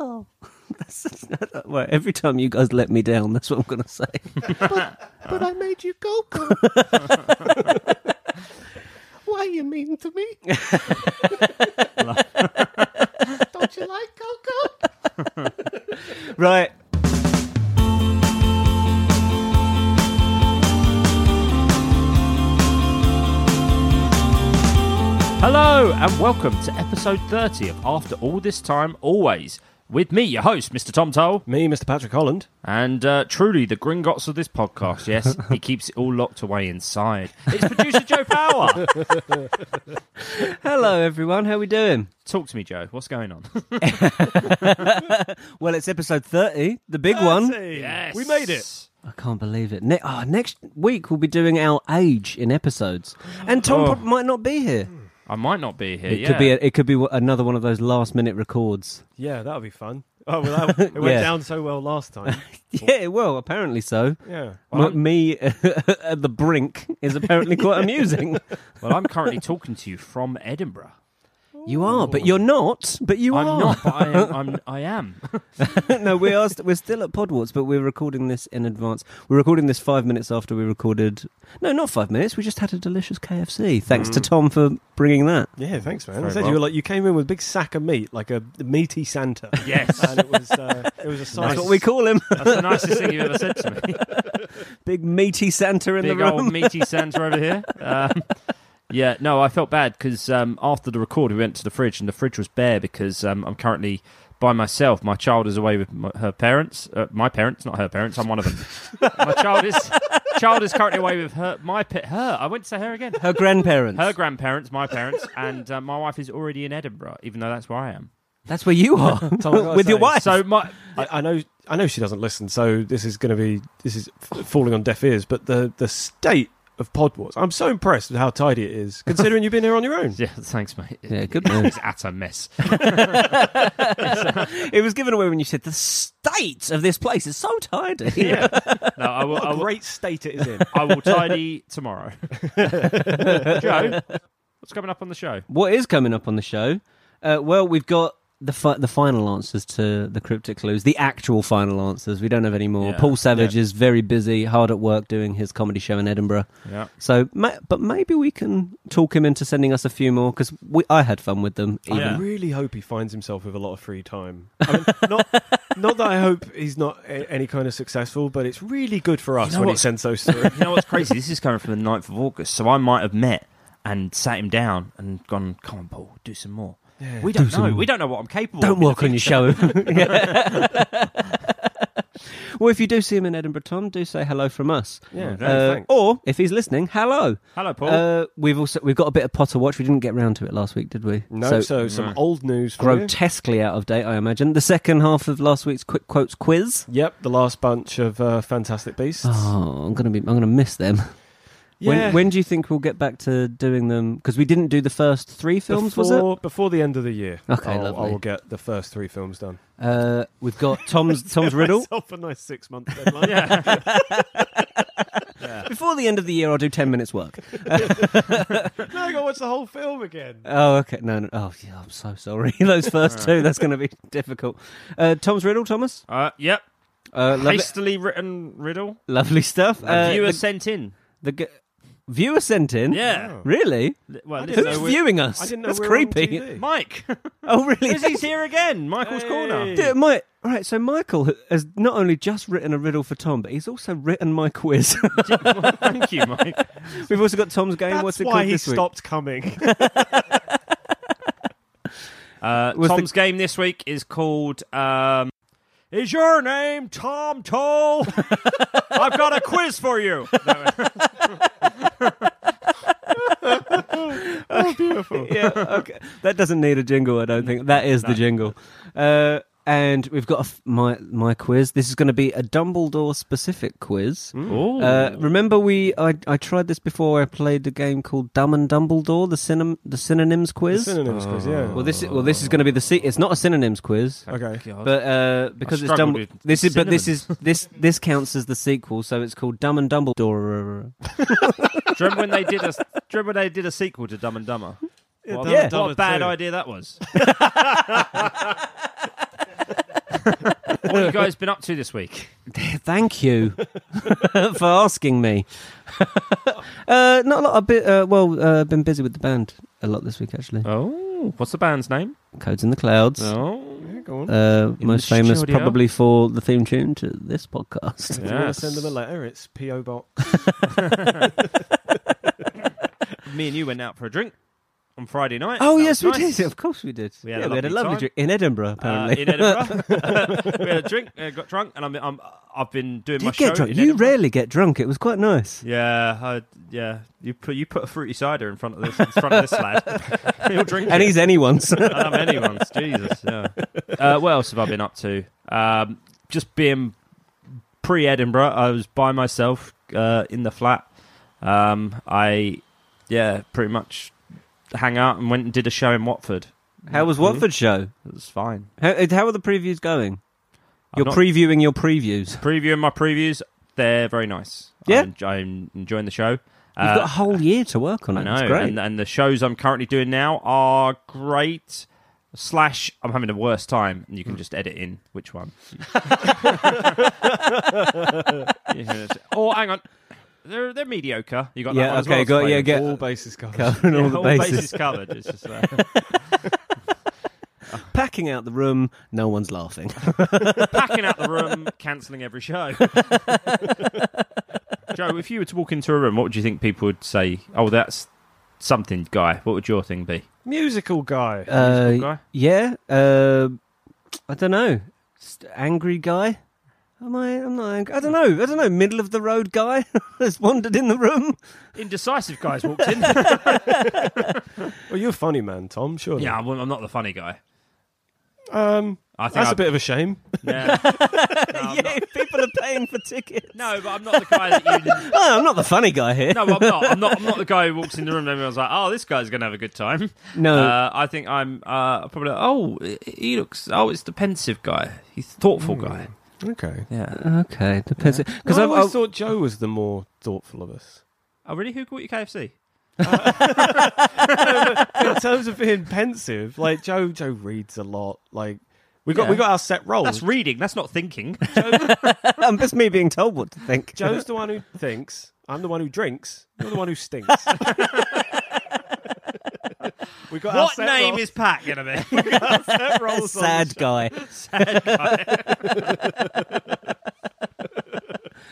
oh, that's, that's not, uh, well, every time you guys let me down, that's what I'm going to say. but, but I made you go go. Why are you mean to me? Don't you like Coco? Right. Hello and welcome to episode 30 of After All This Time Always. With me, your host, Mr. Tom Toll, Me, Mr. Patrick Holland. and uh, truly the Gringotts of this podcast. Yes, he keeps it all locked away inside. It's producer Joe Power. Hello, everyone. How we doing? Talk to me, Joe. What's going on? Well, it's episode 30, the big one. Yes, We made it. I can't believe it. Ne- oh, next week we'll be doing our age in episodes, and Tom Oh. prob- might not be here. I might not be here. It yeah. could be. A, it could be w- another one of those last-minute records. Yeah, that'll be fun. Oh, well, that, it went Yeah. down so well last time. Yeah, well, apparently so. Yeah. M- me at the brink is apparently quite amusing. well, I'm currently talking to you from Edinburgh. You are, but you're not. But you I'm are. not, but I am. I'm, I am. no, we are. St- we're still at Podwarts, but we're recording this in advance. We're recording this five minutes after we recorded. No, not five minutes. We just had a delicious KFC. Thanks Mm. to Tom for bringing that. Yeah, thanks, man. Very I said well. you were like you came in with a big sack of meat, like a meaty Santa, Yes, and it was uh, it was a size. That's what we call him. that's the nicest thing you ever said to me. Big meaty Santa in Big the room. old meaty Santa over here. Um, yeah, no, I felt bad because um, after the record, we went to the fridge and the fridge was bare because um, I'm currently by myself. My child is away with my, her parents, uh, my parents, not her parents. I'm one of them. my child is child is currently away with her. My pa- her. I went to say her again. Her grandparents. Her grandparents, my parents, and uh, my wife is already in Edinburgh, even though that's where I am. That's where you are Tom, I gotta with your say, wife. So my I, I know. I know she doesn't listen, so this is going to be this is f- falling on deaf ears. But the the state of Podwarts, I'm so impressed with how tidy it is, considering you've been here on your own. yeah, thanks, mate. Yeah, good man. It's at a mess. it was given away when you said the state of this place is so tidy. Yeah. No, I will. I What a will great state it is in. I will tidy tomorrow. Joe, what's coming up on the show? What is coming up on the show? Uh, well, we've got the fi- the final answers to the cryptic clues, the actual final answers. We don't have any more. Yeah. Paul Savage is very busy, hard at work doing his comedy show in Edinburgh. Yeah. So, ma- but maybe we can talk him into sending us a few more because I had fun with them. I Even. Yeah. really hope he finds himself with a lot of free time. I mean, not, not that I hope he's not a- any kind of successful, but it's really good for us know when he what's- sends those through. You know what's crazy? this is coming from the 9th of August, so I might have met and sat him down and gone, "Come on, Paul, do some more." we don't know. We don't know what I'm capable. Don't of. walk on your show. well, if you do see him in Edinburgh, Tom, do say hello from us. Yeah, no, Uh, thanks. or if he's listening, hello. Hello, Paul. Uh, we've also we've got a bit of Potter watch. We didn't get round to it last week, did we? No, So so, some old news for you. grotesquely out of date, I imagine. The second half of last week's quick quotes quiz. Yep, the last bunch of uh, Fantastic Beasts. Oh, I'm gonna be I'm gonna miss them. yeah, When when do you think we'll get back to doing them? Because we didn't do the first three films, was it? before, before the end of the year. Okay, I'll, lovely. I will get the first three films done. Uh, we've got Tom's Tom's riddle. Myself a nice six month deadline. Before the end of the year, I'll do ten minutes work. no, I got to watch the whole film again. Oh, okay. No, no. Oh, yeah, I'm so sorry. Those first two, that's going to be difficult. Uh, Tom's riddle, Thomas. Uh, yep. Uh, lovely, Hastily written riddle. lovely stuff. Uh, Uh, viewer the, sent in. the g- viewer sent in. Yeah. Really? Li- Well, I this didn't is Who's know we- viewing us? I didn't know That's we were on creepy. TV. Mike. Oh, really? He's here again. Michael's Hey. corner. Yeah, Mike. Right, so Michael has not only just written a riddle for Tom, but he's also written my quiz. Thank you, Mike. We've also got Tom's game. That's What's it why called he this week? stopped coming. Uh, Was the- Tom's game this week is called um, Is Your Name Tom Toll? I've got a quiz for you. yeah, okay. That doesn't need a jingle, I don't think. That is the jingle. Uh, and we've got a f- my my quiz. This is going to be a Dumbledore specific quiz. Ooh. Uh, remember, we I, I tried this before. I played a game called Dumb and Dumbledore, the synonym the synonyms quiz. Synonyms, quiz, yeah. Oh, Well, this is, well this is going to be the se- it's not a synonyms quiz. okay. But uh, because it's struggled Dumb- with this is but this is this this counts as the sequel, so it's called Dumb and Dumbledore. do you remember when they did a do you remember when they did a sequel to Dumb and Dumber? What, Dumb and what a Dumber bad 2. idea that was. what have you guys been up to this week? Thank you for asking me. uh, not a lot. A bit. Uh, well, uh, been busy with the band a lot this week actually. Oh, what's the band's name? Codes in the Clouds. Oh, Yeah, go on. Uh, In most the famous studio. probably for the theme tune to this podcast. If you want to yes. send them a letter, it's P.O. Box. me and you went out for a drink on Friday night. Oh That yes, we was nice. did. Of course we did. We had yeah, a we had a lovely lovely time. drink in Edinburgh. Uh, Apparently, in Edinburgh, we had a drink, uh, got drunk, and I'm, I'm I've been doing my did show. get drunk. in You Edinburgh. rarely get drunk. It was quite nice. Yeah, I, yeah. You put you put a fruity cider in front of this in front of this lad. He'll drink And it. he's anyone's. I don't have anyone's. Jesus. Yeah. Uh, what else have I been up to? Um, just being pre Edinburgh, I was by myself uh, in the flat. Um, I, yeah, pretty much hang out and went and did a show in Watford. How was Watford show? It was fine. How, uh, how are the previews going? I'm You're not- previewing your previews. previewing my previews. They're very nice. Yeah? I'm, I'm enjoying the show. You've got a whole year to work on it. Uh, I know, It's great. And, uh, and the shows I'm currently doing now are great. Slash, I'm having the worst time, and you Mm. can just edit in which one. You can just- or hang on, they're they're mediocre. You got that Yeah, one as okay, well, got- so- yeah, get- All bases covered. Covering yeah, all the bases. covered. It's just, uh, Packing out the room. No one's laughing. packing out the room, cancelling every show. Joe, if you were to walk into a room, what would you think people would say? Oh, that's something, guy. What would your thing be? Musical guy. Uh, guy? yeah. Uh, I don't know. St- angry guy. Am I? I'm not. Angry. I don't know. I don't know. Middle of the road guy has wandered in the room. Indecisive guys walked in. well, you're a funny man, Tom, surely. yeah, I'm, I'm not the funny guy. Um, I think that's I- a bit of a shame. Yeah. No, I'm not- Yeah, people are paying for tickets. no, but I'm not the guy that you. Oh, I'm not the funny guy here. No, I'm not. I'm not. I'm not the guy who walks in the room and everyone's like, "Oh, this guy's gonna have a good time." No. uh, I think I'm uh, probably. Oh, he looks. Oh, it's the pensive guy. He's thoughtful guy. Okay. Yeah. okay, depends. Because Because I I've, always I've- thought Joe was the more thoughtful of us. Oh, really? Who bought you KFC? in terms of being pensive, like Joe, Joe reads a lot. Like we got Yeah. we got our set roles. That's reading. That's not thinking. um, that's me being told what to think. Joe's the one who thinks. I'm the one who drinks. You're the one who stinks. we got our what set name roles- is Pat gonna be? set roles on Sad guy.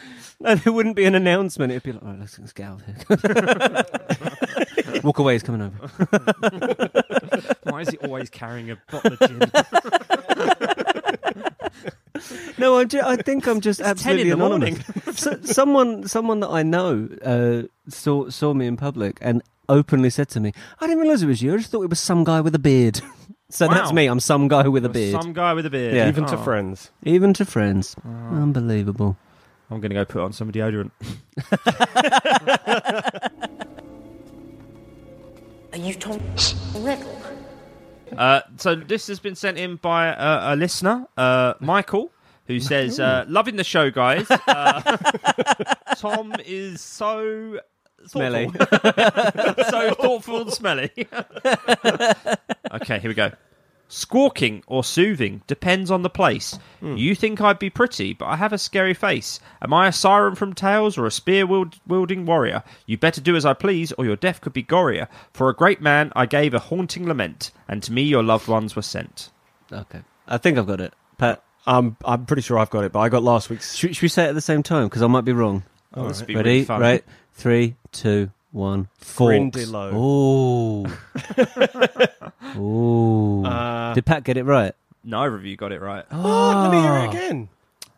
no, there wouldn't be an announcement. It'd be like, right, let's, let's get out of here. Walk away, he's coming over. Why is he always carrying a bottle of gin? No, I, ju- I think I'm just absolutely 10 in the anonymous. so, someone, someone that I know uh, saw saw me in public and openly said to me, "I didn't realize it was you. I just thought it was some guy with a beard." so that's Wow. me. I'm some guy with a beard, Some guy with a beard. Yeah. Even to Oh. friends. even to friends. Unbelievable. I'm gonna go put on some deodorant. Are you Tom Little? Uh, so this has been sent in by a, a listener, uh, Michael, who says, uh, "Loving the show, guys. Uh, Tom is so thoughtful. Smelly. so thoughtful and smelly." okay, here we go. Squawking or soothing depends on the place. You think I'd be pretty, but I have a scary face. Am I a siren from Tales or a spear wield- wielding warrior? You better do as I please, or your death could be gorier. For a great man, I gave a haunting lament, and to me your loved ones were sent. Okay, I think I've got it. Pat, I'm I'm pretty sure I've got it, but I got last week's. should, should we say it at the same time? Because I might be wrong. Oh, this would be Ready? really fun. Right? Three, two, one. Forks. Brindillo. Ooh. Ooh. Uh, Did Pat get it right? Neither of you got it right. oh, let me hear it again.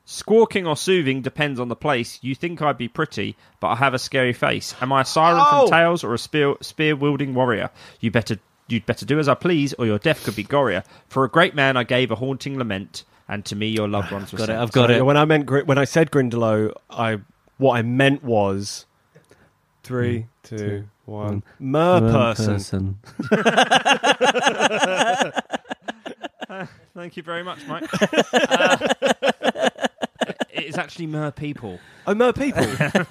Squawking or soothing depends on the place. You think I'd be pretty, but I have a scary face. Am I a siren Oh! from Tales or a spear spear wielding warrior? You better you'd better do as I please, or your death could be gorier. For a great man, I gave a haunting lament, and to me, your loved ones were Got it. sent. I've got Sorry, it. When I meant Gri- when I said Grindelow, I what I meant was three, two, one. Mer One person. Thank you very much, Mike. Uh, it is actually mer people. Oh, mer people. oh,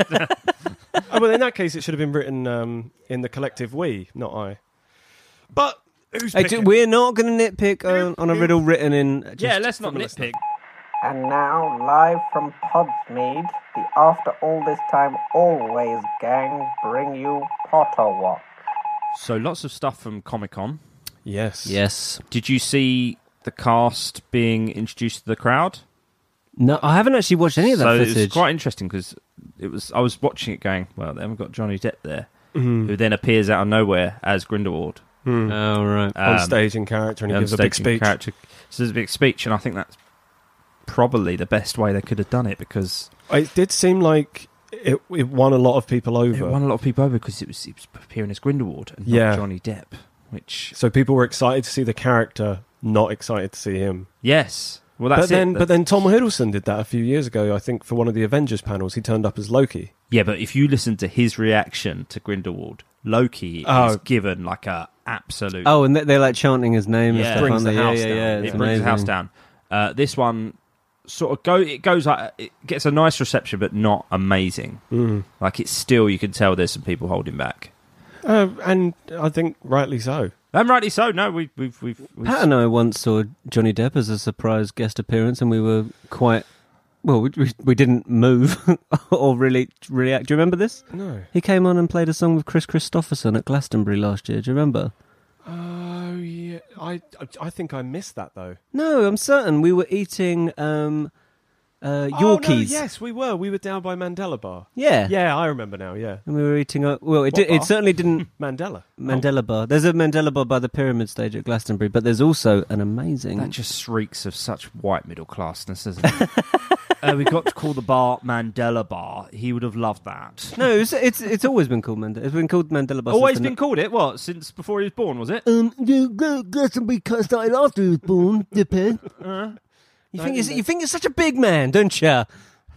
well, in that case, it should have been written um, in the collective we, not I. But who's Hey, picking? do- we're not going to nitpick on, on a riddle written in. Just yeah, let's not from a listener. nitpick. And now, live from Podsmead, the After All This Time Always gang bring you Potter Watch. So lots of stuff from Comic Con. Yes. Yes. Did you see the cast being introduced to the crowd? No, I haven't actually watched any of that so it was footage. quite interesting because it was. I was watching it going, well, they haven't got Johnny Depp there, Mm-hmm. who then appears out of nowhere as Grindelwald oh right. On Um, stage in character, and he on gives a big stage in speech. Character. So there's a big speech, and I think that's probably the best way they could have done it because It did seem like it, it won a lot of people it over. won a lot of people over because it was, it was appearing as Grindelwald and Yeah. not Johnny Depp, which So people were excited to see the character, not excited to see him. yes, well that's but then, it. but then Tom Hiddleston did that a few years ago. I think for one of the Avengers panels, he turned up as Loki. Yeah, but if you listen to his reaction to Grindelwald, Loki Oh. is given like a absolute. Oh, and they- they're like chanting his name and Yeah. stuff. Brings aren't the they? Yeah, house yeah, down. yeah, it it's brings the house amazing. down. Uh, this one sort of go. It goes like it gets a nice reception, but not amazing. Mm. Like it's still you can tell there's some people holding back, Uh, and I think rightly so. and rightly so. No, we, we've we've, we've Pat and I once saw Johnny Depp as a surprise guest appearance, and we were quite well. We, we, we didn't move or really react. Do you remember this? No. He came on and played a song with Chris Christopherson at Glastonbury last year. Do you remember? Oh yeah, I I think I missed that though. No, I'm certain we were eating um, uh, Yorkies. yes, we were. We were down by Mandela Bar. Yeah. Yeah, I remember now. Yeah, And we were eating. A, well, it What did, bar? it certainly didn't Mandela. Mandela Bar. There's a Mandela Bar by the Pyramid Stage at Glastonbury, but there's also an amazing. that just shrieks of such white middle classness, doesn't it? uh, we got to call the bar Mandela Bar. He would have loved that. no, it's, it's it's always been called Mandela. It's been called Mandela Bar. since Always the- been called it. What since before he was born? Was it? Um, the the Glastonbury cut started after he was born, dickhead. Uh-huh. You think you're, you think you're such a big man, don't you?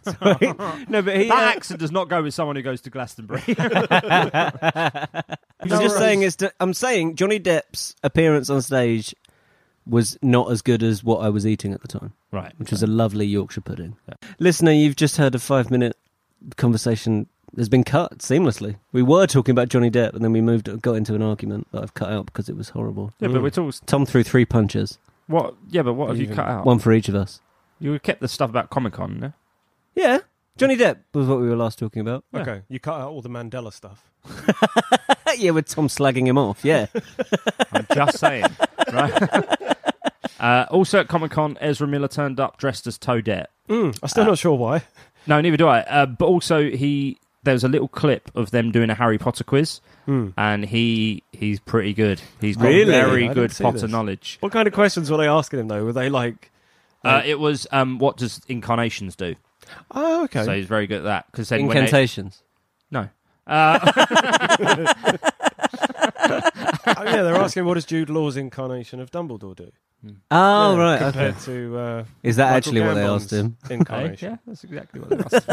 Sorry. no, but he. That uh, accent does not go with someone who goes to Glastonbury. I'm just saying, it's. To, I'm saying Johnny Depp's appearance on stage was not as good as what I was eating at the time, right. which was a lovely Yorkshire pudding. Listener, you've just heard a five-minute conversation has been cut seamlessly. We were talking about Johnny Depp, and then we moved, got into an argument that I've cut out because it was horrible. Mm. Yeah, but we're talking Tom threw three punches, what? Yeah, but what have you Even- cut out? one for each of us. You kept the stuff about Comic Con. No? Yeah. Johnny Depp was what we were last talking about. Okay, you cut out all the Mandela stuff. yeah, with Tom slagging him off. Yeah. I'm just saying. right. Uh, also at Comic Con, Ezra Miller turned up dressed as Toadette. Mm, I'm still not sure why. No, neither do I. Uh, but also he. There was a little clip of them doing a Harry Potter quiz, and he he's pretty good. He's got Hmm. Really? I very didn't good see Potter this. knowledge. What kind of questions were they asking him though? Were they like, Uh, it was um, what does incarnations do? oh okay, So he's very good at that because then when they- Incantations. no. Uh, oh, yeah, they're asking what does Jude Law's incarnation of Dumbledore do Oh, Yeah, right. okay. compared to uh, Is that Michael actually what they Gambon's asked him? incarnation yeah, that's exactly what they asked.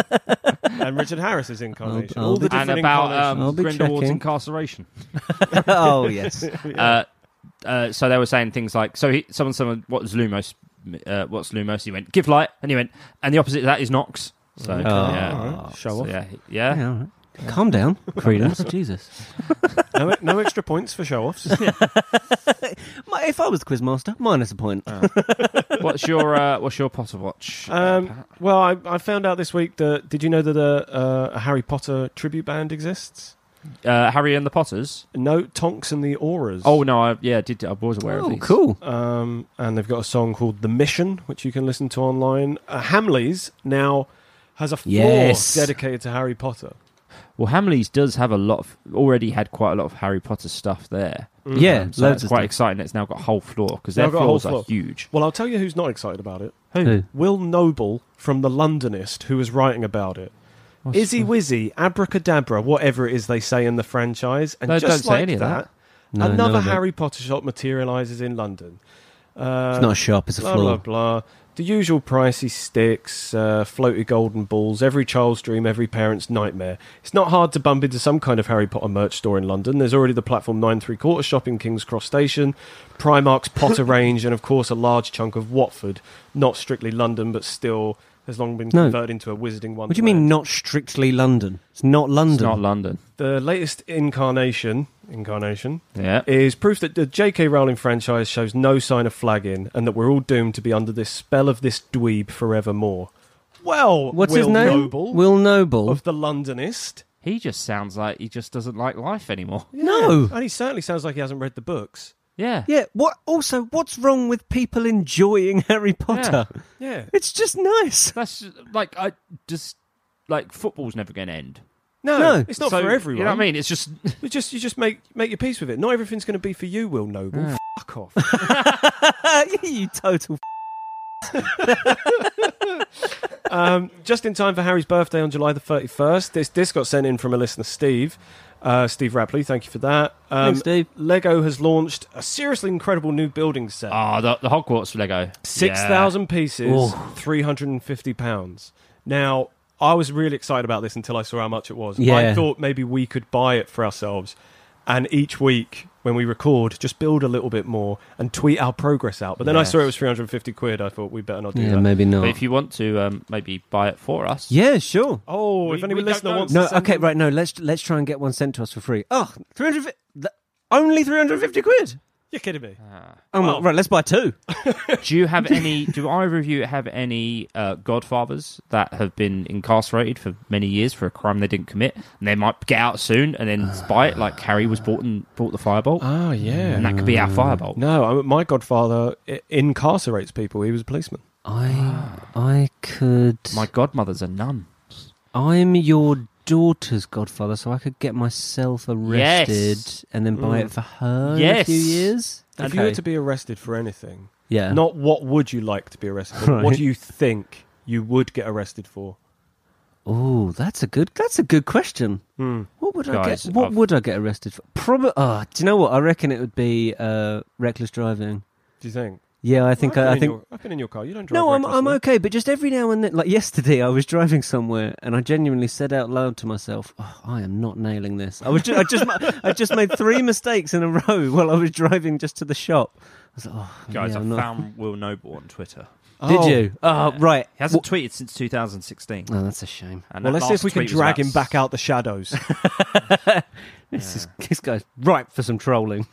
and Richard Harris's incarnation? I'll all the be- different and about incarnations. I'll um, be Grindelwald's checking. incarceration. oh, yes. Uh, uh, so they were saying things like, so he, someone, someone, what's Lumos? Uh, what's Lumos? He went, give light, and he went, and the opposite of that is Knox. So yeah, Oh. show So, off. yeah, he- yeah. Yeah, all right. Calm down, Credence. Jesus. no, no extra points for show offs. My, if I was the quizmaster, minus a point. What's your uh, what's your Potter watch? Um, well, I, I found out this week that did you know that a, uh, a Harry Potter tribute band exists? uh, Harry and the Potters. No, Tonks and the Auras. Oh no, I yeah, did I was aware of oh, these. cool. Um, and they've got a song called "The Mission," which you can listen to online. Uh, Hamleys now has a floor Yes. dedicated to Harry Potter. Well, Hamleys does have a lot of already had quite a lot of Harry Potter stuff there. Mm. Yeah, Um, so Mm. uh, loads that's of quite stuff. exciting. It's now got a whole floor because Now their got a whole floors floor. are huge. Well, I'll tell you who's not excited about it. Who? Will Noble from The Londonist, who was writing about it. Izzy Wizzy, abracadabra, whatever it is they say in the franchise, and No, just don't say like any of that. No, none another of it. Harry Potter shop materializes in London. Uh, It's not sharp, it's a blah blah floor. blah. The usual pricey sticks, uh, floaty golden balls, every child's dream, every parent's nightmare. It's not hard to bump into some kind of Harry Potter merch store in London. There's already the Platform 9 3 quarter shop in King's Cross Station, Primark's Potter range, and of course a large chunk of Watford. Not strictly London, but still has long been No. converted into a wizarding one. What do you mean, not strictly London? It's not London. It's not London. The latest incarnation incarnation Yeah. is proof that the J.K. Rowling franchise shows no sign of flagging and that we're all doomed to be under this spell of this dweeb forevermore. Well, What's Will his name? Noble Will Noble. of the Londonist. He just sounds like he just doesn't like life anymore. No. And he certainly sounds like he hasn't read the books. Yeah. Yeah. What? Also, what's wrong with people enjoying Harry Potter? Yeah. It's just nice. That's just- like I just like football's never going to end. No, No. it's not So, for everyone. You know what I mean? It's just You just you just make make your peace with it. Not everything's going to be for you, Will Noble. Ah. Fuck off. you total. um, just in time for Harry's birthday on July the thirty first. This this got sent in from a listener, Steve. Uh, Steve Rapley, thank you for that. Um, Thanks, Steve. Lego has launched a seriously incredible new building set. ah the, the Hogwarts Lego Six Yeah. thousand pieces, Ooh. three hundred and fifty pounds. Now, I was really excited about this until I saw how much it was. I Yeah. thought maybe we could buy it for ourselves, and each week when we record, just build a little bit more and tweet our progress out. But then I saw it was three hundred and fifty quid. I thought we better not do Yeah, that. maybe But not. if you want to, um, maybe buy it for us. yeah, sure. Oh, if We- any we don't listener know. wants to No, send okay, in- right. No, let's let's try and get one sent to us for free. Oh, 300 th- only 350 quid. You're kidding me. Ah, Oh, my right, let's buy two. Do you have any? Do either of you have any uh, Godfathers that have been incarcerated for many years for a crime they didn't commit, and they might get out soon and then buy it, like Harry was bought and bought the firebolt, Ah, Oh yeah. and that could be our firebolt. No, I, my godfather i- incarcerates people. He was a policeman. I I could My godmother's a nun. I'm your daughter's godfather, so I could get myself arrested Yes. and then buy it for her in a Yes. few years. Mm. If you were to be arrested for anything, yeah. Not what would you like to be arrested for. What Right. do you think you would get arrested for? Oh, that's a good that's a good question. What would Hmm. Guys, I get? What I've- would I get arrested for? Probably. Oh, do you know what? I reckon it would be uh, reckless driving. Do you think? uh, Yeah, I think. I've been I, I in think. your- I've been in your car. You don't drive. No, I'm I'm recklessly. okay, but just every now and then, like yesterday, I was driving somewhere and I genuinely said out loud to myself, oh, "I am not nailing this." I was just, I just ma- I just made three mistakes in a row while I was driving just to the shop. I was like, "Oh, Guys, yeah, I I'm not." found Will Noble on Twitter. Did Oh. you? Oh, right. He hasn't tweeted since 2016. Oh, that's a shame. And Well, that let's see if last we can tweet was drag about him back out the shadows. This is this guy's ripe for some trolling.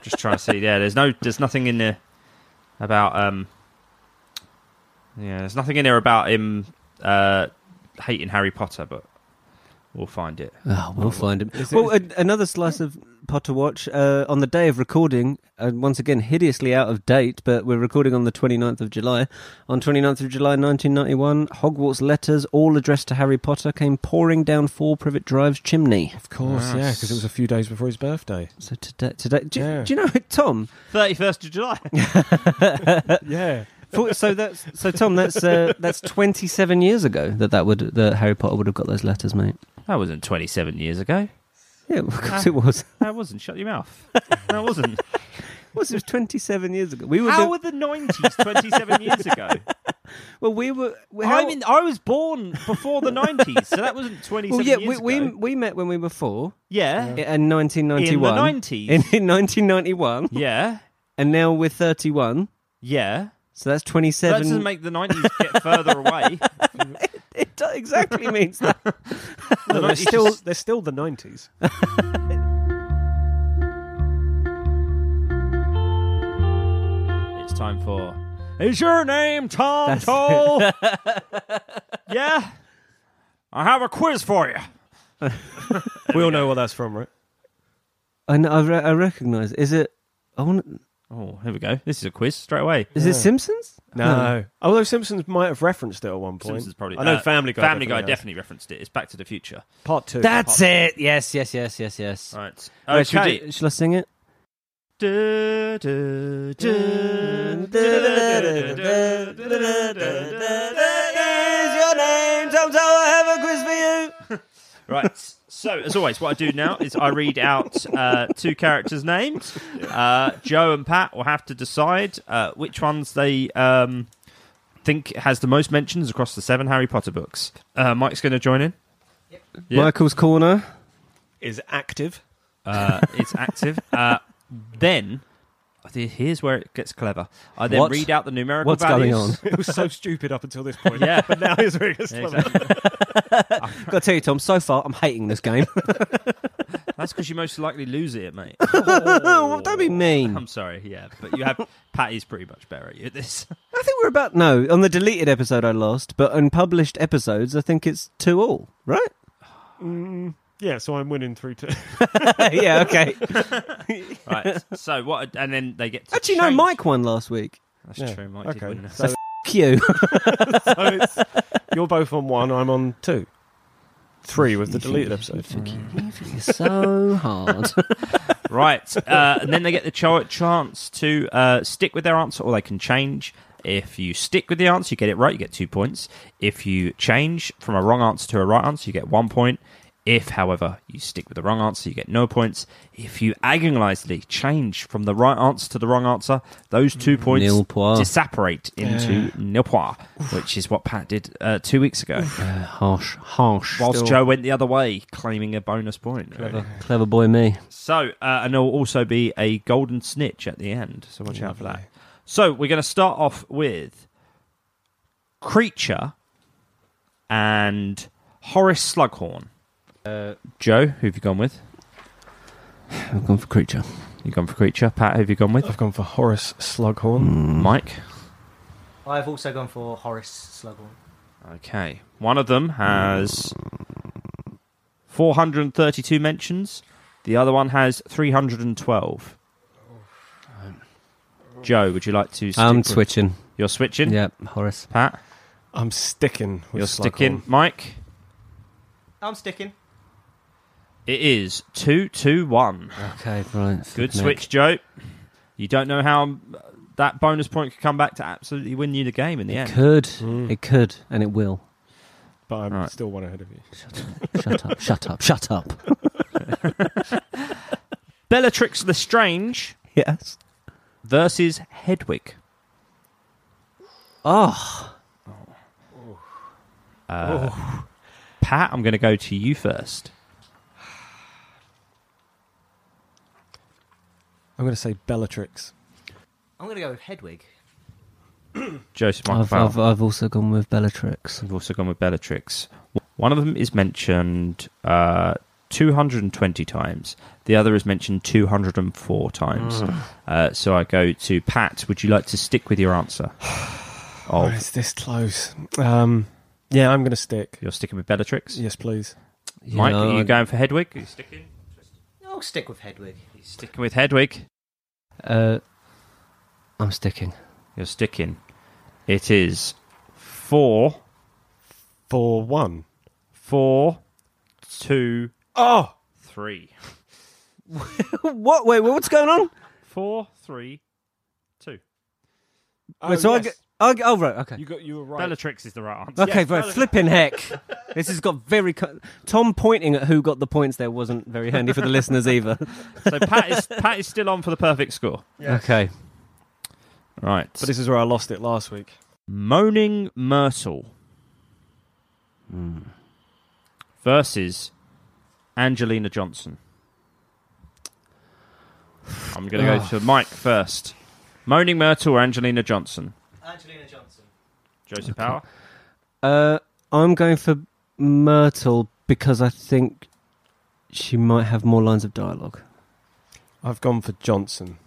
just trying to see. Yeah, there's no, there's nothing in there about um. Yeah, there's nothing in there about him uh, hating Harry Potter, but we'll find it. Oh, we'll find him. Well, a, another slice of Potter Watch. Uh, on the day of recording, uh, once again, hideously out of date, but we're recording on the 29th of July. On 29th of July 1991, Hogwarts letters, all addressed to Harry Potter, came pouring down 4 Privet Drive's chimney. of course, yeah, because it was a few days before his birthday. So today, today do, you- Yeah. do you know, Tom? 31st of July. Uh, yeah. for- so that's so Tom. That's uh, that's 27 years ago that that would that Harry Potter would have got those letters, mate. That wasn't 27 years ago. Yeah, of course it was. That wasn't. Shut your mouth. That wasn't. It was, it was 27 years ago. We were How the- were the 90s 27 years ago? well, we were. I how- mean, I was born before the 90s, so that wasn't 27 Well, yeah, we, years we ago. we met when we were four yeah. Yeah. in 1991. In the 90s. In, in 1991, yeah. and now we're 31. Yeah. So that's That 27. doesn't make the 90s get further away. it do- exactly means that. No, they're, still, they're still the 90s. It's time for. Is your name Tom That's- Toll? yeah. I have a quiz for you. we all know what that's from, right? I know, I, re- I recognize. Is it? I want. Oh, here we go. This is a quiz straight away. Is it Simpsons? No. Although Simpsons might have referenced it at one point. Simpsons probably. I know uh, Family Guy. Family Guy definitely has. definitely referenced it. It's Back to the Future. Part two. That's it. Yes, yes, yes, yes, yes. All right. Right, should, Okay. we- shall I sing it? Du- du- du- du- du- du- du- du- du- your name, Tom Toll? I have a quiz for you. Right. So, as always, what I do now is I read out uh, two characters' names. Uh, Joe and Pat will have to decide uh, which ones they um, think has the most mentions across the seven Harry Potter books. Uh, Mike's going to join in. Yeah. Michael's corner. Is active. Uh, it's active. Uh, then. the- Here's where it gets clever. I then What? read out the numerical What's values. going on? It was so stupid up until this point. Yeah. But now here's where it gets Yeah, clever. exactly. Got to tell you, Tom. So far, I'm hating this game. That's because you most likely lose it, mate. Oh. well, don't be mean. I'm sorry, yeah, but you have Patty's pretty much better at you at this. I think we're about no on the deleted episode I lost, but on published episodes, I think it's two all, right? Mm, Yeah, so I'm winning three two. yeah, okay. right. So what? And then they get to Actually, no, change- Mike won last week. That's Yeah, true. Mike did okay, win. so, so F- you. it's, you're both on one. I'm on two, three with the deleted episode. so hard. right. Uh, and then they get the ch- chance to uh, stick with their answer, or they can change. If you stick with the answer, you get it right, you get two points. If you change from a wrong answer to a right answer, you get one point. If, however, you stick with the wrong answer, you get no points. If you agonizingly change from the right answer to the wrong answer, those Mm. two points Nil pois. disapparate into nil pois, which is what Pat did uh, two weeks ago, harsh, harsh. whilst Still Joe went the other way, claiming a bonus point. clever, clever boy me. So, uh, and there will also be a golden snitch at the end. So watch out for that. So we're going to start off with creature and Horace Slughorn. Uh, Joe, who have you gone with? I've gone for creature. You gone for creature. Pat, who have you gone with? I've gone for Horace Slughorn. Mike. I've also gone for Horace Slughorn. Okay. One of them has 432 mentions. The other one has 312. Joe, would you like to? Stick I'm with- switching. You're switching. Yeah, Horace. Pat. I'm sticking. With Slughorn. You're sticking, Mike. I'm sticking. It is two two one. Okay, right. Good Nick. switch, Joe. You don't know how um, that bonus point could come back to absolutely win you the game in the end. Could Mm. it could and it will. but I'm Right. still one ahead of you. Shut up! shut up! Shut up! Bellatrix Lestrange Yes. versus Hedwig. Oh, Uh, Oh. Pat, I'm going to go to you first. I'm going to say Bellatrix. I'm going to go with Hedwig. Joseph I've, Michael. I've, uh, I've also gone with Bellatrix. We've also gone with Bellatrix. One of them is mentioned uh, 220 times. The other is mentioned 204 times. Mm. Uh, so I go to Pat. Would you like to stick with your answer? Oh, Of it's this close. Um, yeah, I'm going to stick. You're sticking with Bellatrix. Yes, please. Mike, know, are you I- going for Hedwig? He's sticking. I'll stick with Hedwig. Sticking with Hedwig. Uh, I'm sticking. You're sticking. It is four, For one. four, two, Oh, three. what? Wait, what's going on? Four, three, two. oh Wait, so I yes. get- I get- oh right, okay. you got you were right. Bellatrix is the right answer. Okay, bro, flipping heck. This has got very. Co- Tom pointing at who got the points there wasn't very handy for the listeners either. So Pat is Pat is still on for the perfect score. Okay. Right. But this is where I lost it last week. Moaning Myrtle versus Angelina Johnson. I'm going to go to Mike first. Moaning Myrtle or Angelina Johnson? Angelina Johnson. Joseph Power. Uh, I'm going for Myrtle because I think she might have more lines of dialogue. I've gone for Johnson.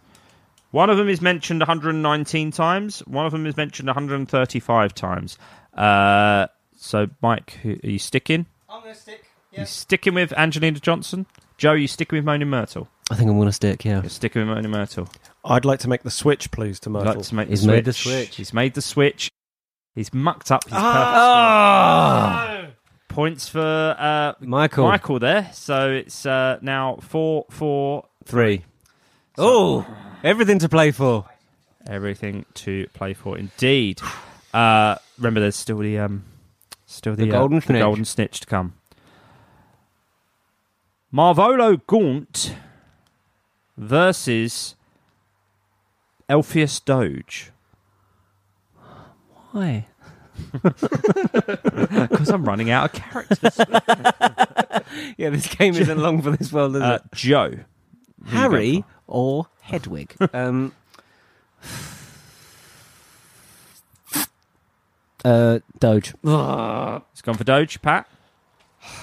One of them is mentioned 119 times. One of them is mentioned 135 times. Uh, so, Mike, who- are you sticking? I'm going to stick. You sticking with Angelina Johnson? Joe, you sticking with Moaning Myrtle? I think I'm going to stick. Yeah. You're sticking with Moaning Myrtle. I'd like to make the switch, please, to He'd Myrtle. like to make He's the switch. made the switch. He's made the switch. He's mucked up his Ah! perfect score. points for uh, Ah! Michael. Michael there. So it's uh, now four four. Three. Oh, everything to play for. Everything to play for, indeed. Uh, remember, there's still the um, still the, The uh, golden the snitch. golden snitch to come. Marvolo Gaunt versus Elpheus Doge. Why? Because I'm running out of characters. Yeah, this game isn't long for this world, is Uh, it? Joe. Harry or Hedwig? um, uh, Doge. Uh, It's gone for Doge, Pat.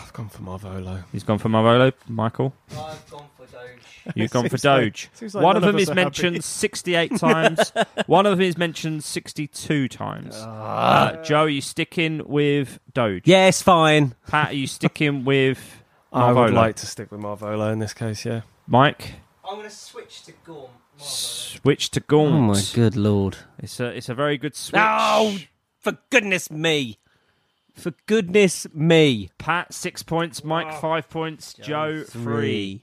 I've gone for Marvolo. He's gone for Marolo, Michael. I've gone for Doge. You've gone for Seems like- Doge. seems like one of none of them us is are mentioned happy. 68 times. one of them is mentioned 62 times. Ah, Uh, Joe, are you sticking with Doge? Yes, fine. Pat, are you sticking with I Marvolo? would like to stick with Marvolo in this case, yeah. Mike, I'm going to switch to Gorm. Marvolo. switch to Gaunt. Oh my good lord! It's a, it's a very good switch. Oh, for goodness me! For goodness me! Pat, six points. Mike, five points. Joe, Three. three.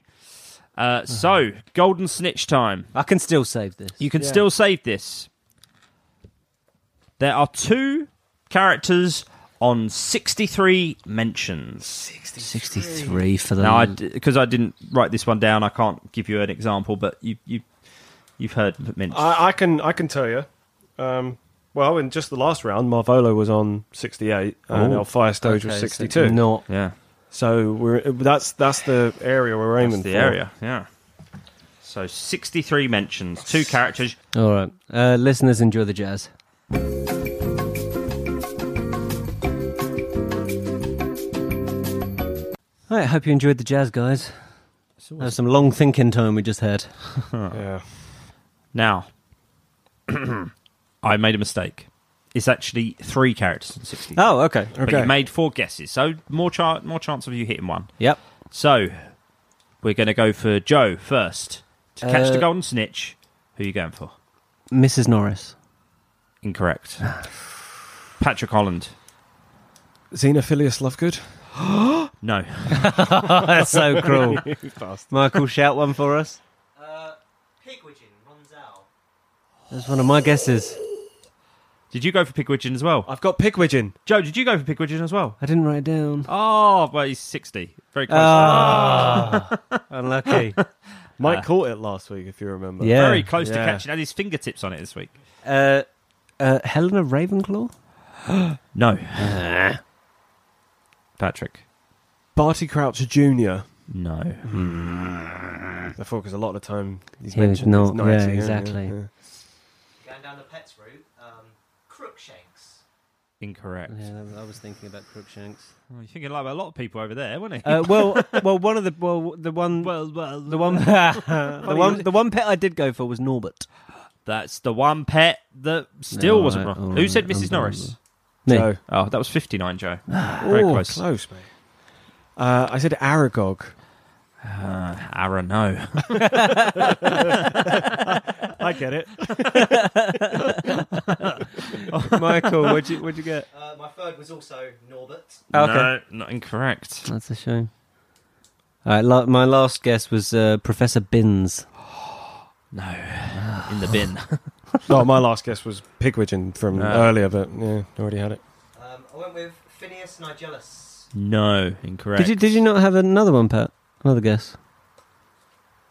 Uh, so, Golden Snitch time. I can still save this. You can still save this. There are two characters on 63 mentions. Sixty-three for the. Now, because I, didn't write this one down, I can't give you an example, but you, you, you've heard mentioned. I, I can I can tell you. Um, well, in just the last round, Marvolo was on 68 and Oh. El Fire Stoge was Okay, so 62. Not yeah, So we're that's that's the area we're aiming that's the for. area. Yeah. So 63 mentions, two characters. all right. Uh, listeners, enjoy the jazz. All right, hope you enjoyed the jazz, guys. That was some long thinking time we just had. Yeah. Now, I made a mistake. It's actually three characters on 63. Oh, okay. But you made four guesses, so more, cha- more chance of you hitting one. Yep. So we're going to go for Joe first to catch Uh, the golden snitch. Who are you going for? Mrs. Norris. Incorrect. Patrick Holland. Xenophilius Lovegood. No. Oh, That's so cruel. Michael, shout one for us. Uh, Pigwidgeon runs out. That's one of my guesses. Did you go for Pigwidgeon as well? I've got Pigwidgeon. Joe, did you go for Pigwidgeon as well? I didn't write it down. Oh, well, he's 60. Very close. Ah. Unlucky. Mike caught it last week, if you remember. Yeah. Very close to Yeah. catching. Had his fingertips on it this week. Uh, uh, Helena Ravenclaw? No. Patrick. Barty Crouch Jr. No. Therefore, because a lot of the time he's He was mentioned not- he's 90, yeah, isn't he? exactly. Yeah. Going down the pets route, um, Crookshanks. Incorrect. I was thinking about Crookshanks. Oh, you're thinking like a lot of people over there, weren't he? Uh, well, well, one of the well, the one, well, well, the one, the one, the one pet I did go for was Norbert. That's the one pet that still All wasn't right, wrong. all Who right, said Mrs. unbelievable. Norris? So, Oh, that was 59, Joe. Very close. close, mate. Uh, I said Aragog. Uh, Aaron, no. I get it. Michael, what'd you what'd you get? Uh, my third was also Norbert. Okay. No, not incorrect. That's a shame. All right, la- my last guess was uh, Professor Binns. In the bin. no, my last guess was Pigwidgeon from No. Ah. earlier, but yeah, already had it. Um, I went with Phineas Nigellus. no, incorrect. Did you did you not have another one, Pat? Another guess.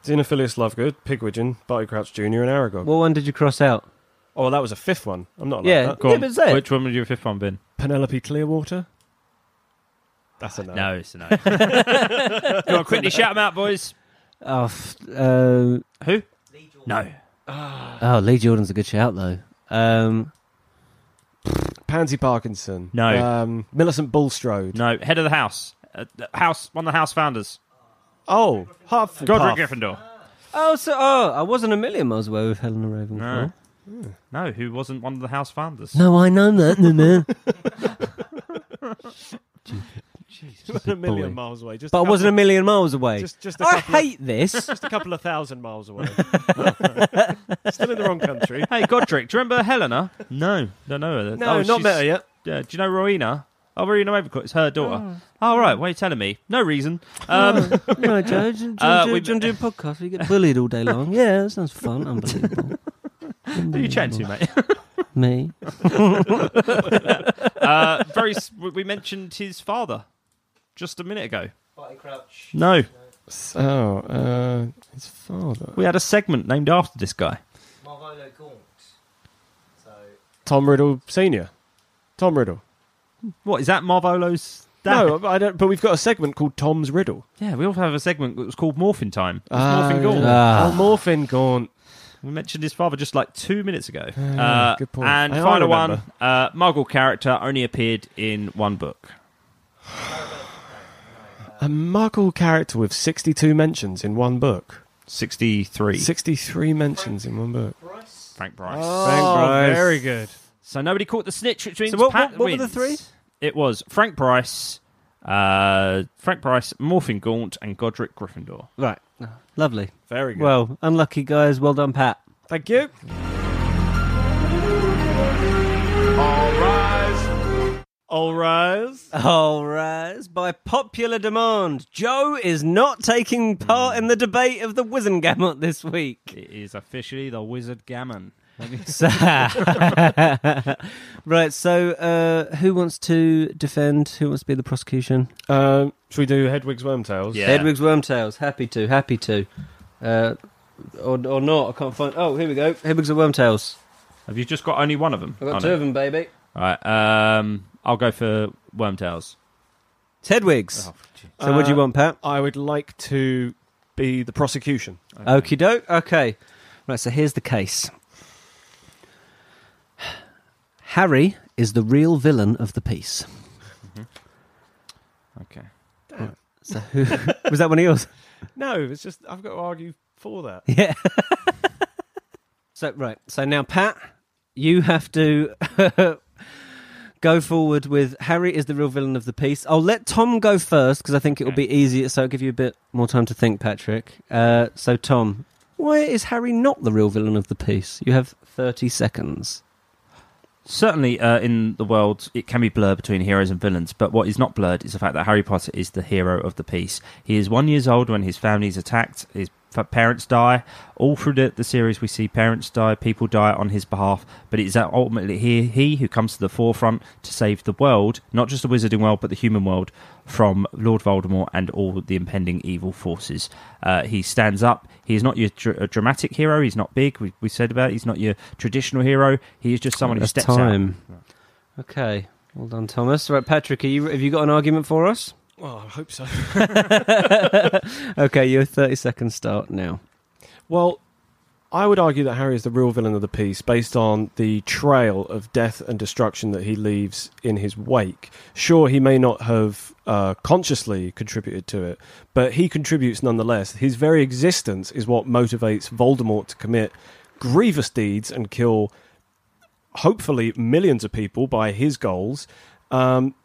Xenophilius Lovegood, Pigwidgeon, Barty Crouch Jr., and Aragog. What one did you cross out? oh, that was a fifth one. I'm not like yeah, that. Go yeah, on. but it's there. Which one would your fifth one been? Penelope Clearwater? That's a no. No, it's a no. Go on, quickly shout them out, boys. Oh, f- uh, Who? Lee Jordan. No. oh, Lee Jordan's a good shout though. Um, Pansy Parkinson. No. Um, Millicent Bulstrode. No, head of the house. Uh, the house, one of the house founders. Oh, Hartford. Godric Gryffindor. oh, so oh, I wasn't a million miles away with Helena Ravenclaw. No. No, who wasn't one of the house founders? No, I know that. No, no. Not a million boy. miles away. Just But I a couple- wasn't a million miles away. Just- just a I couple of- hate this. Just a couple of thousand miles away. Still in the wrong country. Hey, Godric, do you remember Helena? No, don't know her. No, Oh, not she's- met her yet. Yeah, do you know Rowena? Oh, Rowena Ravenclaw, it's her daughter. Oh, right, what are you telling me? No reason. Um, no, Joe, do, do, Uh, do, we- do you want to do a podcast? We get bullied all day long. Yeah, that sounds fun. Unbelievable. who are you chatting to, mate? Me. Uh, very. s- we- We mentioned his father just a minute ago. Barty Crouch. No, So, uh, his father. we had a segment named after this guy. Marvolo Gaunt. So, Tom Riddle Senior. Tom Riddle. What is that, Marvolo's dad? No, I don't. But we've got a segment called Tom's Riddle. Yeah, we also have a segment that was called Morphin Time. It was Morphin Gaunt. Ah. Oh, Morphin Gaunt. We mentioned his father just like two minutes ago. Uh, good point. And I- I final one, remember. uh, Muggle character only appeared in one book. A muggle character with 62 mentions in one book. 63. 63 mentions in one book. Oh, Frank Bryce. Bryce. very good. So nobody caught the snitch, which means Oh. So what- Pat what- what were the wins. three? It was Frank Bryce, uh, Frank Bryce, Morphin Gaunt, and Godric Gryffindor. Right. Lovely. Very good. Well, unlucky guys. Well done, Pat. thank you. All rise. All right. By popular demand, Joe is not taking part in the debate of the Wizengamot this week. It is officially the Wizard Gammon. So- right. So, uh, who wants to defend? Who wants to be the prosecution? Um, should we do Hedwig's Wormtails? Yeah. Hedwig's Wormtails. Happy to. Happy to. Uh, or, or not. I can't find. Oh, here we go. Hedwig's Wormtails. Have you just got only one of them? I've got Oh, two no. of them, baby. All right. Um, I'll go for Wormtails. It's Hedwig's. Oh, gee. so, what do you Uh, want, Pat? I would like to be the prosecution. Okie doke. Okay. Right, so here's the case Harry is the real villain of the piece. Mm-hmm. Okay. So who, was that one of yours? No, it's just I've got to argue for that. Yeah. so, right. So now, Pat, you have to. Go forward with Harry is the real villain of the piece. I'll let Tom go first because I think it'll be easier, so I'll give you a bit more time to think, Patrick. Uh, so, Tom, why is Harry not the real villain of the piece? You have 30 seconds. Certainly, uh, in the world, it can be blurred between heroes and villains. But what is not blurred is the fact that Harry Potter is the hero of the piece. He is one years old when his family is attacked. His f- parents die. All through the, the series, we see parents die, people die on his behalf. But it is ultimately he, he who comes to the forefront to save the world, not just the wizarding world, but the human world, from Lord Voldemort and all the impending evil forces. Uh, he stands up. He is not your dr- a dramatic hero. He's not big. We, we said about. It. He's not your traditional hero. He is just someone who That's steps out. time. Okay. Well done, Thomas. Right, Patrick, are you, have you got an argument for us? Well, I hope so. Okay, your 30 second start now. Well, I would argue that Harry is the real villain of the piece based on the trail of death and destruction that he leaves in his wake. Sure, he may not have uh, consciously contributed to it, but he contributes nonetheless. His very existence is what motivates Voldemort to commit grievous deeds and kill, hopefully, millions of people by his goals. Um,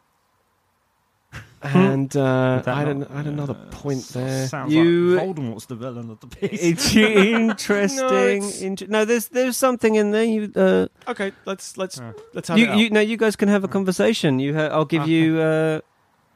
and uh, Would Hmm? that I had, an, not- I had another point there. Sounds You- like Voldemort's the villain of the piece. It's interesting. No, it's- inter- no, there's there's something in there. You, uh, Okay, let's let's let's have it you, out. you no, you guys can have a conversation. You, ha- I'll give you uh,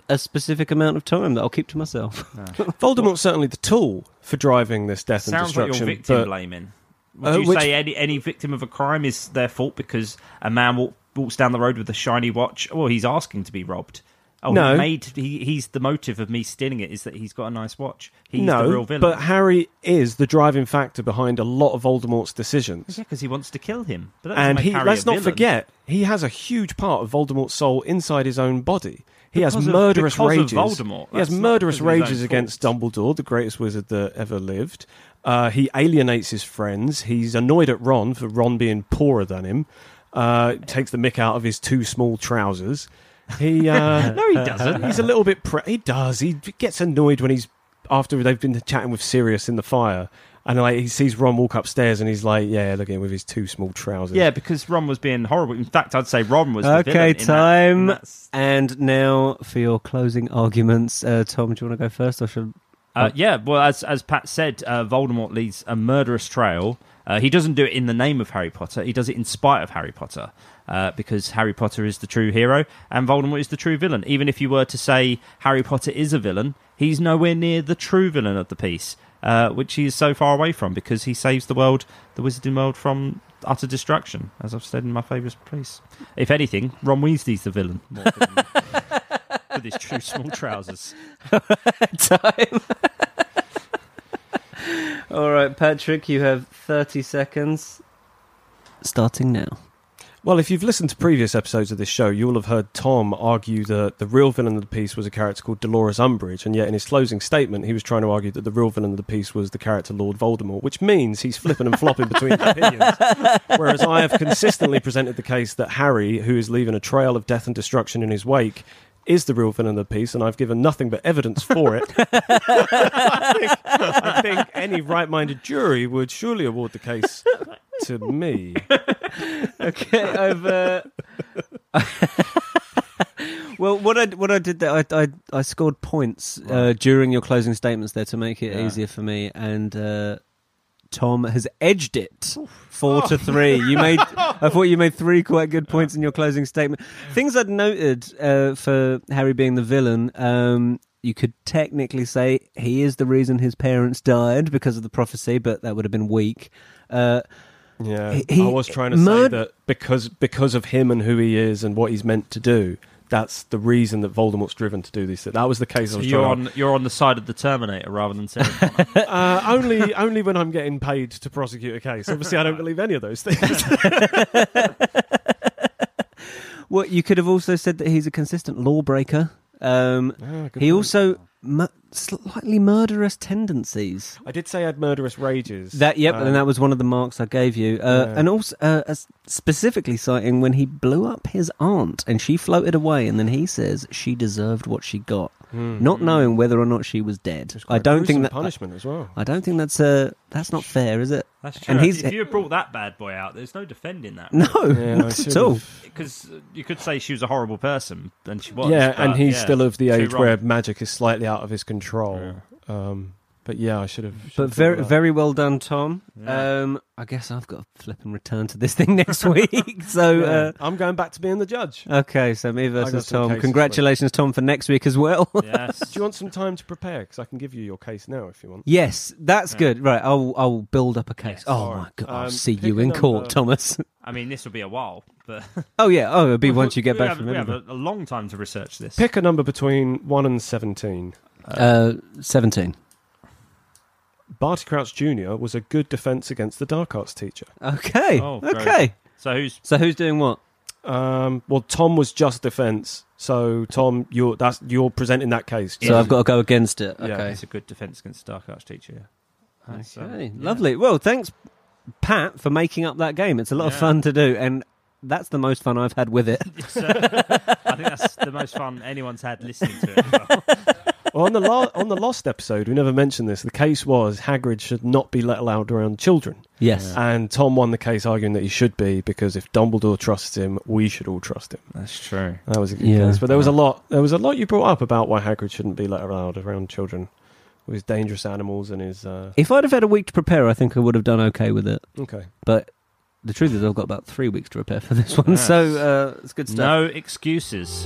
a specific amount of time that I'll keep to myself. Voldemort's certainly the tool for driving this death and Sounds like destruction. you're victim but blaming. Would Uh, you which- say any, any victim of a crime is their fault because a man walk, walks down the road with a shiny watch? Well, he's asking to be robbed. Oh, he No. made he, he's the motive of me stealing it is that he's got a nice watch. He's no, the real villain. but Harry is the driving factor behind a lot of Voldemort's decisions. yeah, because he wants to kill him. But that doesn't and make he Harry let's a not villain. forget he has a huge part of Voldemort's soul inside his own body. He Because has of- murderous because of rages. Voldemort. He has That's not murderous because of his own rages fault. against Dumbledore, the greatest wizard that ever lived. Uh, he alienates his friends. He's annoyed at Ron for Ron being poorer than him. Uh, takes the mick out of his too small trousers. He uh, No, he doesn't. he's a little bit. Pre- he does. He gets annoyed when he's after they've been chatting with Sirius in the fire, and like he sees Ron walk upstairs, and he's like, "Yeah, look at him with his too small trousers." yeah, because Ron was being horrible. In fact, I'd say Ron was. The villain okay, in that- in time. that- and now for your closing arguments, uh, Tom. Do you want to go first, or should Uh, yeah, well, as as Pat said, uh, Voldemort leads a murderous trail. Uh, he doesn't do it in the name of Harry Potter. He does it in spite of Harry Potter, uh, because Harry Potter is the true hero and Voldemort is the true villain. Even if you were to say Harry Potter is a villain, he's nowhere near the true villain of the piece, uh, which he is so far away from because he saves the world, the Wizarding world, from utter destruction. As I've said in my favourite piece, if anything, Ron Weasley's the villain. more than- With his true small trousers. time. All right, Patrick, you have 30 seconds. Starting now. Well, if you've listened to previous episodes of this show, you'll have heard Tom argue that the real villain of the piece was a character called Dolores Umbridge, and yet in his closing statement, he was trying to argue that the real villain of the piece was the character Lord Voldemort, which means he's flipping and flopping between opinions. Whereas I have consistently presented the case that Harry, who is leaving a trail of death and destruction in his wake, is the real villain of the piece, and I've given nothing but evidence for it. I, think, I think any right-minded jury would surely award the case to me. Okay, I've. Uh... well, what I what I did there, I I, I scored points uh, during your closing statements there to make it easier for me, and uh, Tom has edged it four to three. You made I thought you made three quite good points in your closing statement. Things I'd noted uh, for Harry being the villain. Um, you could technically say he is the reason his parents died because of the prophecy, but that would have been weak. Uh, Yeah, He- he- I was trying to Mud- say that because because of him and who he is and what he's meant to do. That's the reason that Voldemort's driven to do these things. That was the case. I was you're trying on you're on the side of the Terminator rather than Sarah. Connor. to- uh, only only when I'm getting paid to prosecute a case. Obviously, I don't believe any of those things. Well, you could have also said that he's a consistent lawbreaker. Um, Ah, he also mu- slightly murderous tendencies. I did say I had murderous rages. That yep, Um, and that was one of the marks I gave you. Uh, Yeah. And also uh, as- specifically citing when he blew up his aunt and she floated away, and then he says she deserved what she got, Hmm. not knowing whether or not she was It dead. was quite I don't gruesome think that. punishment as well. I don't think that's uh, that's not fair, is it? That's true. And he's- if you had brought that bad boy out, there's no defending that. No, Yeah, I not should at all. have- Because you could say she was a horrible person, and she was. yeah, but, and he's yeah, still of the too age wrong. where magic is slightly out of his control. Um, but yeah, I should have. should But have thought very, of that. very well done, Tom. Um, I guess I've got to flip and return to this thing next week. So, Yeah. I'm going back to being the judge. uh, okay, so me versus some Tom. cases, Congratulations, Tom, for next week as well. Yes. Do you want some time to prepare? Because I can give you your case now if you want. yes, that's good. Right, I'll I'll build up a case. Yes. oh my god, I'll Um, see pick you a in number. court, Thomas. I mean, this will be a while, but oh yeah, oh it'll be once you get we back have, from we have Edinburgh. a, a long time to research this. Pick a number between 1 and 17. Uh, Seventeen. Barty Crouch Jr. was a good defence against the dark arts teacher. Okay, Oh, very okay. So who's So who's doing what? Um, well, Tom was just defence. So, Tom, you're, that's, you're presenting that case. So I've got to go against it. Okay, it's a good defense against the Dark Arch teacher? That's, uh, okay. yeah. lovely. Well, thanks, Pat, for making up that game. It's a lot of Yeah. fun to do, and that's the most fun I've had with it. It's, uh, I think that's the most fun anyone's had listening to it. as well. well, on, the la- on the last episode, we never mentioned this. The case was Hagrid should not be let allowed around children. Yes. And Tom won the case arguing that he should be because if Dumbledore trusts him, we should all trust him. That's true. That was a good Yeah. case. But there was a lot. There was a lot you brought up about why Hagrid shouldn't be let around around children with his dangerous animals and his. Uh, If I'd have had a week to prepare, I think I would have done okay with it. okay. But the truth is, I've got about three weeks to prepare for this one, so uh, it's good stuff. No excuses.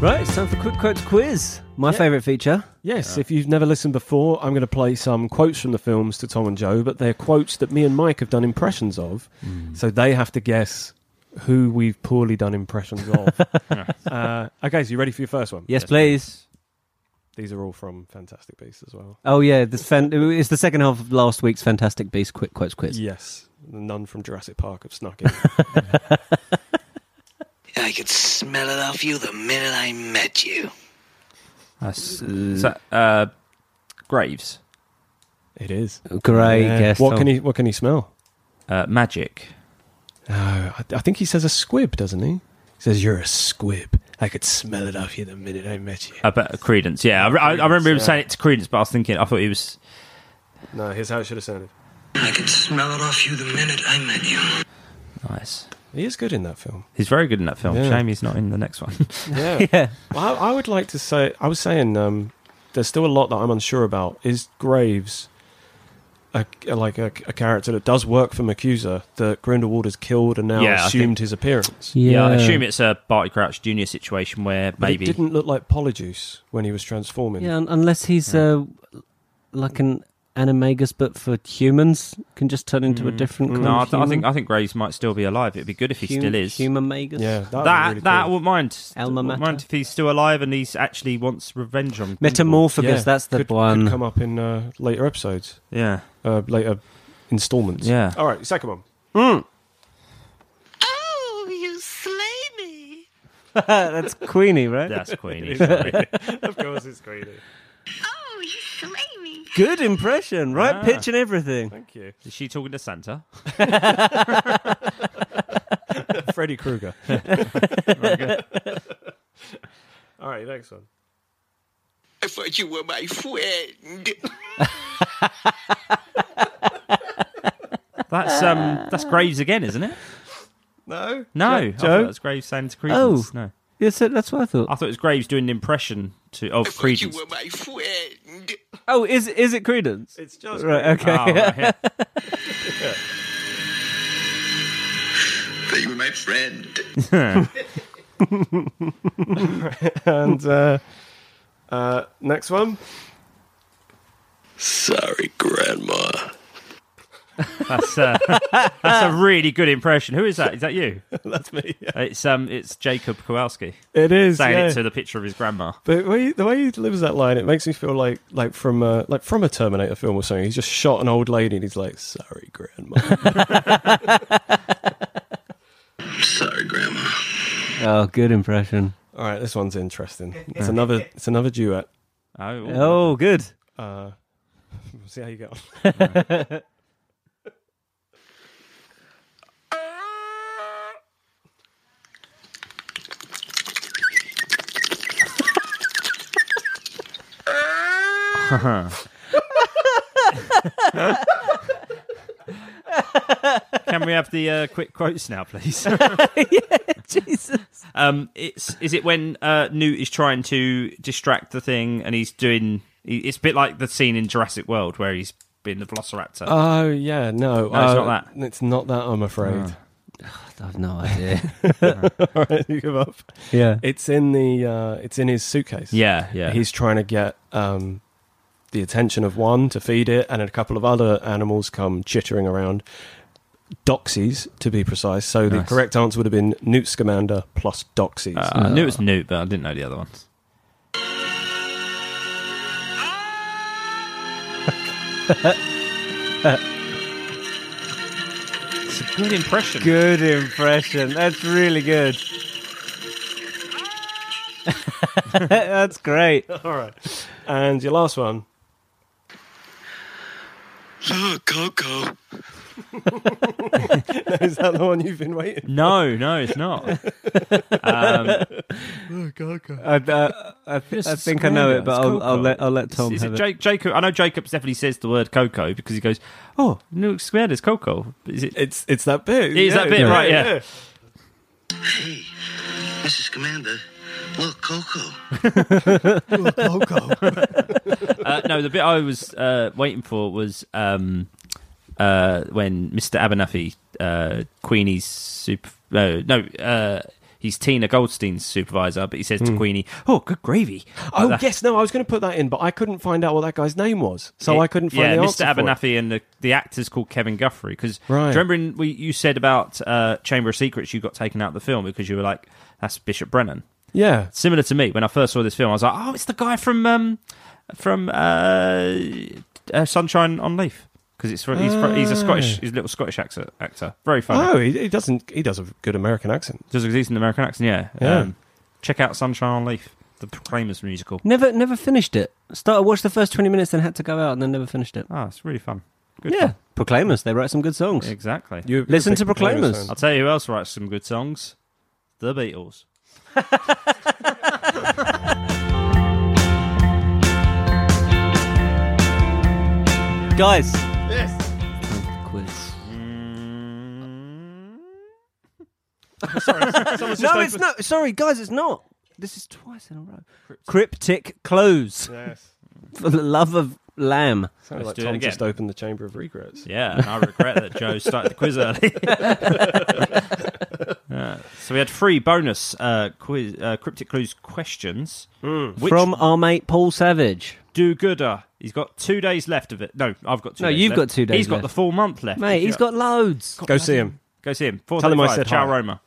Right, it's time for quick quotes quiz. My Yeah. favourite feature. Yes, if you've never listened before, I'm going to play some quotes from the films to Tom and Joe, but they're quotes that me and Mike have done impressions of. Hmm. So they have to guess who we've poorly done impressions of. uh, okay, so you ready for your first one? Yes, please. These are all from Fantastic Beasts as well. Oh yeah, this fan- it's the second half of last week's Fantastic Beast quick quotes quiz. Yes. None from Jurassic Park have snuck in. I could smell it off you the minute I met you. That's so, uh, Graves, it is. Great Yeah. guess. What Tom. can he what can he smell? uh, Magic. No, I, I think he says a squib, doesn't he? He says, You're a squib. I could smell it off you the minute I met you. I bet Credence. Yeah, I, I, I remember him saying it to Credence, but I was thinking, I thought he was. No, here's how it should have sounded. I could smell it off you the minute I met you. Nice. He is good in that film. He's very good in that film. Yeah. Shame he's not in the next one. Yeah. Yeah. well, I, I would like to say, I was saying, um, there's still a lot that I'm unsure about. Is Graves a, like a, a character that does work for Macusa that Grindelwald has killed and now Yeah, I assumed his appearance? yeah. I assume it's a Barty Crouch Junior situation where But maybe it didn't look like Polyjuice when he was transforming. Yeah, un- unless he's uh, like an animagus, but for humans, can just turn into a different. kind Mm. No, I, of th- I human. think I think Graves might still be alive. It'd be good if he still is. Humamagus. Yeah, that would be that really that cool. wouldn't mind. Alma Wouldn't mater. mind if he's still alive and he's actually wants revenge on Grindelwald. Metamorphagus. That's the could, one. Could come up in uh, later episodes, Yeah, uh, later installments. yeah. All right, second one. Oh, you slay me. that's Queenie, right? That's Queenie. of course, it's greedy. Oh, you slay me. Good impression, right? Ah. Pitch and everything. Thank you. Is she talking to Santa? Freddy Krueger. All right, next one. I thought you were my friend. That's um, that's Graves again, isn't it? No, No, I Joe? thought that's Graves saying to Credence. Oh. No, Yes, that- that's what I thought. I thought it was Graves doing an impression to of Thought you Credence. were my friend. Oh, is is it Credence? it's just Right. Okay. Oh, right, yeah. Thought you were my friend. and uh, uh, next one. Sorry, Grandma. That's uh, that's a really good impression. Who is that? Is that you? That's me. yeah. It's um, it's Jacob Kowalski It is. saying yeah. it to the picture of his grandma. But the way, the way he delivers that line, it makes me feel like like from a, like from a Terminator film or something. He's just shot an old lady, and he's like, "Sorry, grandma." Sorry, Grandma. Oh, good impression. All right, this one's interesting. It's another it's another duet. Oh, ooh. Oh, good. Uh, we'll see how you get on. can we have the uh, quick quotes now, please? Jesus. um, it's is it when uh, Newt is trying to distract the thing and he's doing? he- It's a bit like the scene in Jurassic World where he's been the Velociraptor. Oh yeah, no, No, it's not that. It's not that. I'm afraid. I've no idea. All right, you give up. yeah. It's in the uh, it's in his suitcase. yeah, yeah. he's trying to get um, the attention of one to feed it, and a couple of other animals come chittering around. Doxies, to be precise. So the Nice. correct answer would have been Newt Scamander plus Doxies. Uh, I knew it was Newt, but I didn't know the other ones. it's a good impression. Good impression. That's really good. That's great. All right. And your last one. Oh, Coco. Is that the one you've been waiting? No, no, it's not. um, I, uh, I, th- I think I know it, but I'll, I'll let I'll let Tom is have it it. Jake, Jacob? I know Jacob definitely says the word Coco because he goes, "Oh, Newt Scamander is Coco." But Is it? It's it's that bit. It is that bit, right, yeah. Hey, Mrs. Commander. Look, Coco. Uh, no, the bit I was uh, waiting for was um, uh, when Mr. Abernathy, uh, Queenie's super. No, no, uh, he's Tina Goldstein's supervisor, but he says to Queenie, "Oh, good gravy." Hmm. Oh Like that. yes, no, I was going to put that in, but I couldn't find out what that guy's name was, so I couldn't find yeah, the answer. Mr. for it. Abernathy and the, the actor's called Kevin Guthrie. Because Right. remember, in, we, you said about uh, Chamber of Secrets, you got taken out of the film because you were like, "That's Bishop Brennan." Yeah, Similar to me, when I first saw this film, I was like, "Oh, it's the guy from um, from uh, uh, Sunshine on Leaf." Because it's from, he's, from, he's a Scottish, he's a little Scottish actor. actor. Very funny. Ah. Oh, he, he doesn't. He does a good American accent. Does exist in American accent, yeah. Um, Yeah. check out Sunshine on Leaf, the Proclaimers musical. Never never finished it. Started watched the first twenty minutes, then had to go out, and then never finished it. Oh, it's really fun. Good yeah, fun. Proclaimers. They write some good songs. exactly. You Listen to Proclaimers. I'll tell you who else writes some good songs. The Beatles. Guys. Yes. Quiz. no, it's not. Sorry, guys, it's not. This is twice in a row. Cryptic close. Yes. For the love of lamb. Sounds like do it Tom again. just opened the Chamber of Regrets. Yeah, and I regret that Joe started the quiz early. Yeah. So we had three bonus uh, quiz, uh, cryptic clues questions. Which From our mate Paul Savage. do gooder? He's got two days left of it. No, I've got two. No, days you've left. got two days He's got left. the full month left. Mate, If he's you- got loads. Go see him. Go see him. Tell him I 4:35, said Ciao hi. Roma.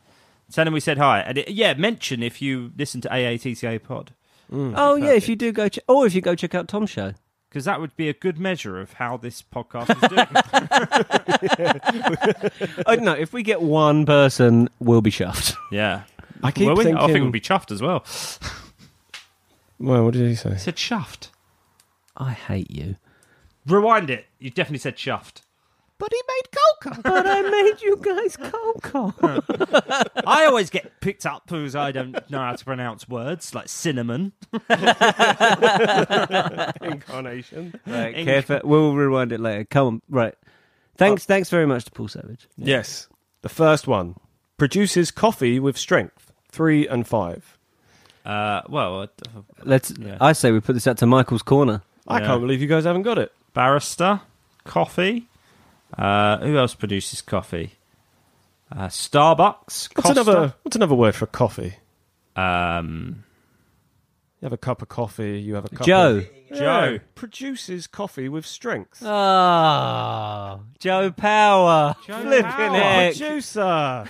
Tell him we said hi. And it, yeah, mention if you listen to AATCA Pod Oh, yeah, if you do go, che- or if you go check out Tom's show. because that would be a good measure of how this podcast is doing. I don't know. Oh, If we get one person, we'll be chuffed. yeah. I keep Will we? thinking. I think we'll be chuffed as well. Well, what did he say? said chuffed. I hate you. Rewind it. You definitely said chuffed. But he made coca. But I made you guys cocoa. I always get picked up because I don't know how to pronounce words like cinnamon. Incarnation. right, careful. We'll rewind it later. Come on. Right. Thanks. Thanks very much to Paul Savage. Yes. The first one produces coffee with strength three and five. Uh, well, uh, Let's. I say we put this out to Michael's corner. I Yeah. can't believe you guys haven't got it. barrister, coffee. Uh, who else produces coffee? Uh, Starbucks. What's Costa. another? What's another word for coffee? Um, You have a cup of coffee. You have a cup. Joe. of... Joe. Yeah, Produces coffee with strength. Ah, Joe Power. Joe Flipping Power. Oh, heck. Producer.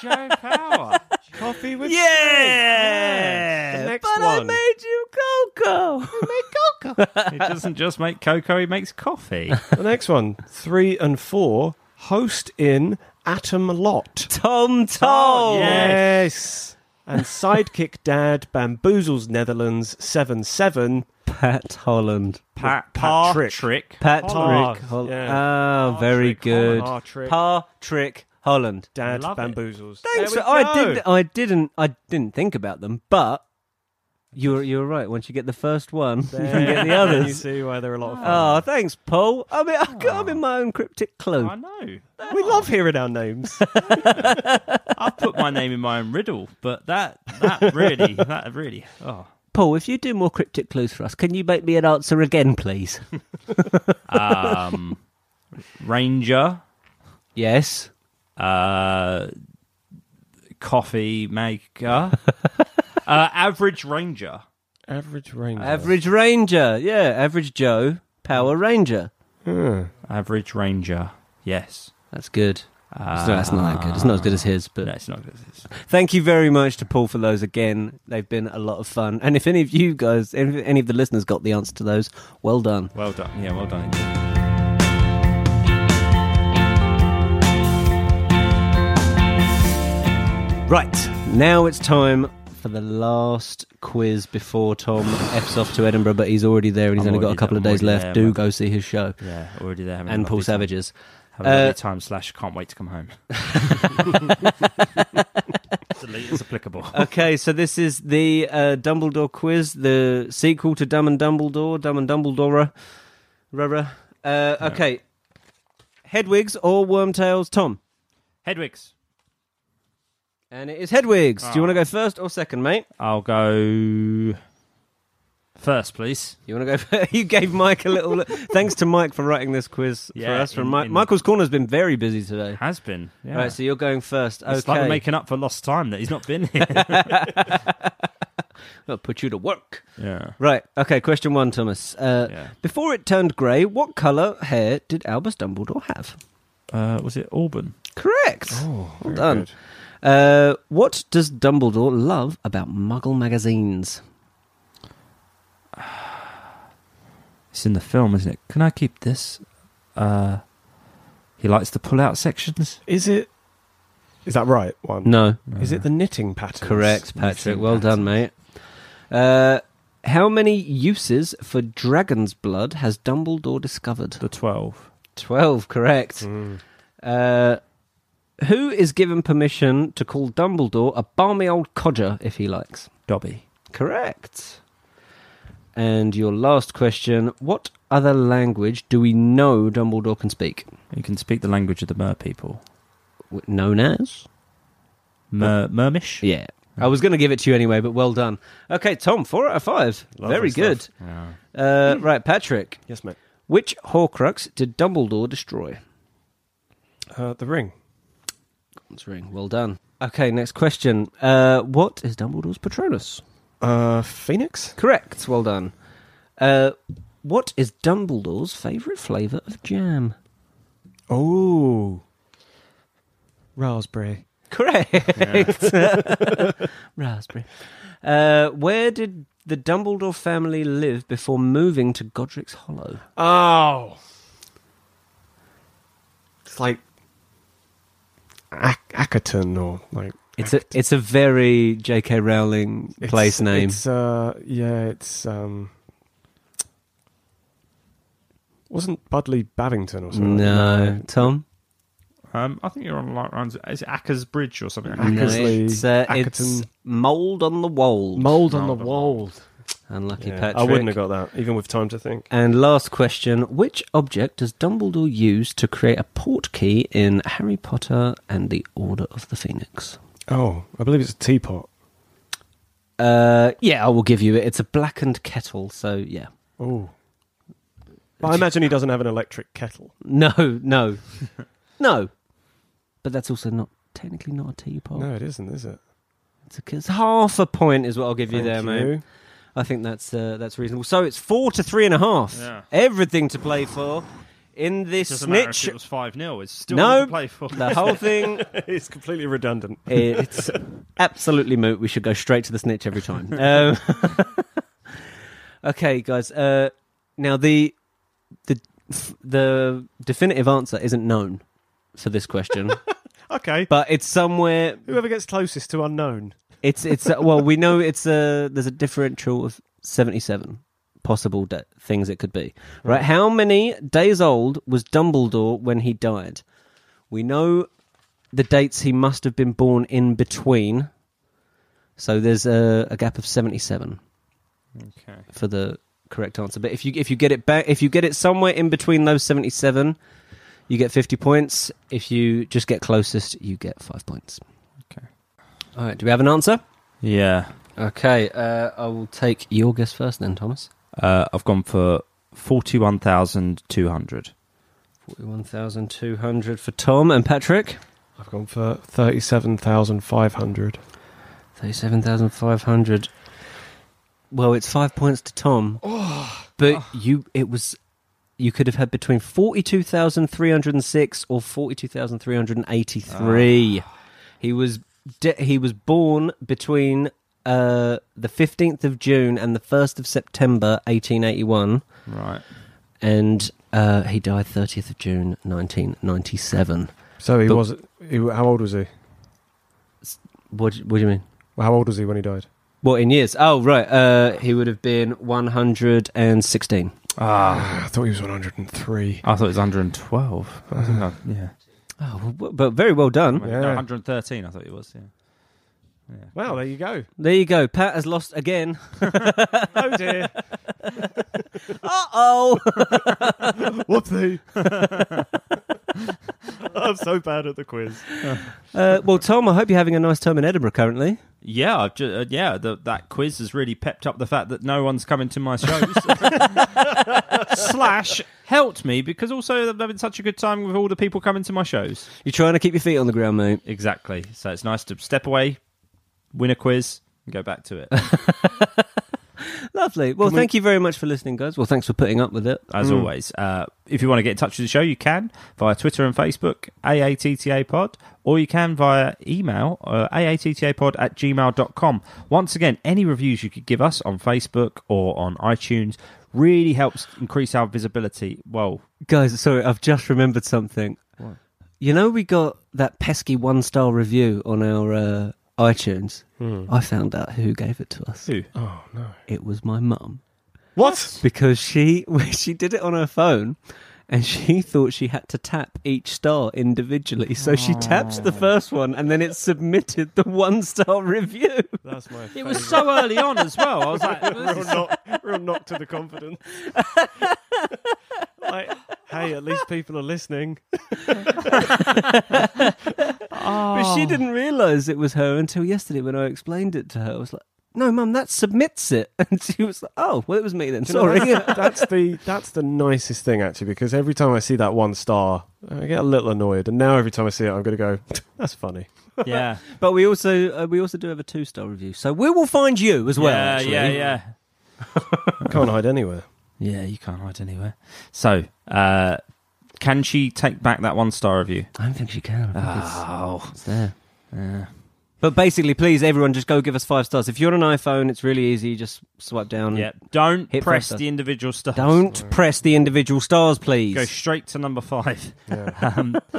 Joe Power. coffee with Yeah. The next but I one. made you cocoa. he doesn't just make cocoa; he makes coffee. The next one, three and four, host in Atom Lot. Tom Tom. Yes. And sidekick dad bamboozles Netherlands 7 7. Pat Holland. Pat Patrick. Patrick. Patrick Holland, Holland. Hol- yeah. Ah, very good. Patrick. Patrick Holland. Dad Love it. bamboozles. Thanks. There for- we I go. didn't. I didn't. I didn't think about them, but you're you're right. Once you get the first one, you can get the You others. see why they're a lot of fun. Oh, thanks, Paul. I mean, I'm in my own cryptic clue. I know. we love hearing our names. I've put my name in my own riddle, but that that really that really oh. Paul, if you do more cryptic clues for us, can you make me an answer again, please? Um, Ranger, yes. uh, coffee maker, uh, average Ranger. Average ranger. Average Ranger. Yeah, Average Joe. Power Ranger. Average Ranger. Yes. That's good. So that's not that good. It's not as good Ah. as his, but No, it's not. It's, Thank you very much to Paul for those again. They've been a lot of fun. And if any of you guys, if any of the listeners got the answer to those, well done. well done. Yeah, well done. Right, now it's time for the last quiz before Tom F's off to Edinburgh, but he's already there and he's I'm only got a already couple there, of I'm days already left. there, Do man. go see his show. Yeah, already there. having a And Paul lovely time. Savage's. Having a lovely Uh, time. Slash, can't wait to come home. Delete is applicable. Okay, so this is the uh, Dumbledore quiz, the sequel to Dumb and Dumbledore, Dumb and Dumbledore. Rara. Uh, okay. Hedwigs or Wormtails, Tom? Hedwig's. And it is Hedwigs. Do you Ah. want to go first or second, mate? I'll go first, please. You want to go? For, you gave Mike a little. look. Thanks to Mike for writing this quiz for Yeah, us. From in- Mi- in- Michael's corner's been very busy today. Has been. Yeah. Right, so you're going first. It's okay, like we're making up for lost time that he's not been here. I'll put you to work. yeah. Right, okay. Question one, Thomas. Uh, Yeah. Before it turned grey, what colour hair did Albus Dumbledore have? Uh, was it Auburn? Correct. well done. Uh, what does Dumbledore love about Muggle magazines? It's in the film, isn't it? Can I keep this? Uh, he likes the pull out sections. Is it? Is that right? One. No, Is it the knitting pattern? correct, Patrick. Well done, mate. Uh, how many uses for dragon's blood has Dumbledore discovered? The 12. 12, correct. Uh, who is given permission to call Dumbledore a balmy old codger if he likes? Dobby. Correct. And your last question What other language do we know Dumbledore can speak? He can speak the language of the mer people. W- Known as? Mer- mermish? Yeah. I was going to give it to you anyway, but well done. Okay, Tom, four out of five. Very good. Yeah. Uh, right, Patrick. Yes, mate. Which Horcrux did Dumbledore destroy? Uh, the ring. That's ring. Well done. Okay, next question. Uh, what is Dumbledore's Patronus? Uh, Phoenix. Correct. Well done. Uh, what is Dumbledore's favourite flavour of jam? Oh. Raspberry. Correct. Raspberry. Uh, where did the Dumbledore family live before moving to Godric's Hollow? Oh. It's like Ac- Ackerton or like It's a it's a very J.K. Rowling it's- place name. It's uh yeah, it's um Wasn't Budley Babington or something? No, Tom. Um, I think you're on the right lines. Is it Acker's Bridge or something? Mm-hmm. No, Ackersley, it's, uh, it's Ackerton. mold on the wall. Mold on the Mould on the wall. Unlucky Yeah, Patrick. I wouldn't have got that, even with time to think. And last question: Which object does Dumbledore use to create a portkey in Harry Potter and the Order of the Phoenix? Oh, I believe it's a teapot. Uh, yeah, I will give you it. It's a blackened kettle, so yeah. Oh. But I imagine he doesn't have an electric kettle. No, no, no. But that's also not technically not a teapot. No, it isn't, is it? It's, a, it's half a point is what I'll give you Thank there, mate. you. I think that's uh, that's reasonable. So it's four to three and a half. Yeah. Everything to play for in this Doesn't matter if snitch. it was 5 0. It's still No. no. to play for. The whole thing, it's completely redundant. it's absolutely moot. We should go straight to the snitch every time. Um, okay, guys. Uh, now the the the definitive answer isn't known for this question, Okay. but it's somewhere Whoever gets closest to unknown. It's it's uh, well, we know it's a there's a differential of seventy seven possible da things it could be. Right? How many days old was Dumbledore when he died? We know the dates he must have been born in between. So there's a, a gap of seventy seven Okay. for the correct answer. But if you if you get it back, if you get it somewhere in between those seventy seven. You get 50 points. If you just get closest, you get five points. Okay. All right. Do we have an answer? Yeah. Okay, uh, I will take your guess first then, Thomas. Uh, I've gone for 41,200. 41,200 for Tom and Patrick. I've gone for 37,500. 37,500. Well, it's five points to Tom. but you, it was, you could have had between 42,306 or 42,383. He was, de- he was born between uh, the 15th of June and the 1st of September 1881. Right. and uh, he died 30th of June 1997. So he But- was. He, how old was he? What, do- what do you mean? Well, How old was he when he died? What, in years? Oh, right. Uh, he would have been 116. Ah. I thought he was 103. I thought it was 112. I think I- yeah. Oh, well, w- but very well done. No, Yeah. 113, I thought it was. Yeah. yeah. Well, there you go. There you go. Pat has lost again. Oh dear. Uh-oh. Whoopsie. I'm so bad at the quiz. uh, well, Tom, I hope you're having a nice time in Edinburgh currently. Yeah, I've ju- uh, yeah, the, that quiz has really pepped up the fact that no one's coming to my shows. Slash helped me because also I'm having such a good time with all the people coming to my shows. You're trying to keep your feet on the ground, mate. Exactly. So it's nice to step away, win a quiz, and go back to it. Lovely. Well, thank you very much for listening, guys. Well, thanks for putting up with it. As always, uh, if you want to get in touch with the show, you can via Twitter and Facebook, AATTA Pod, or you can via email, uh, AATTAPod at gmail.com. Once again, any reviews you could give us on Facebook or on iTunes really helps increase our visibility. Well, Guys, sorry, I've just remembered something. You know, we got that pesky one star review on our uh, iTunes. I found out who gave it to us. Hmm. Who? Oh no! It was my mum What? because she she did it on her phone. And she thought she had to tap each star individually. So she Oh. taps the first one and then it submitted the one star review. That's my. it was so early on as well. I was like, real knock, real knock to the confidence. like, hey, at least people are listening. But Oh. she didn't realise it was her until yesterday when I explained it to her. I was like, no, mum, that submits it. And she was like, oh, well, it was me then. Sorry. that's the that's the nicest thing actually, because every time I see that one star, I get a little annoyed, and now every time I see it, I'm going to go, that's funny. yeah, But we also uh, we also do have a two star review, so we will find you as well. yeah, actually. yeah, yeah. Can't hide anywhere. Yeah, you can't hide anywhere. So, uh, can she take back that one star review? I don't think she can. I think Oh, it's, it's there. But basically, please, everyone, just go give us five stars. If you're on an iPhone, it's really easy. You just swipe down. yeah. Don't Hit press faster. the individual stuff. Don't press the individual stars, please. Go straight to number five. Yeah.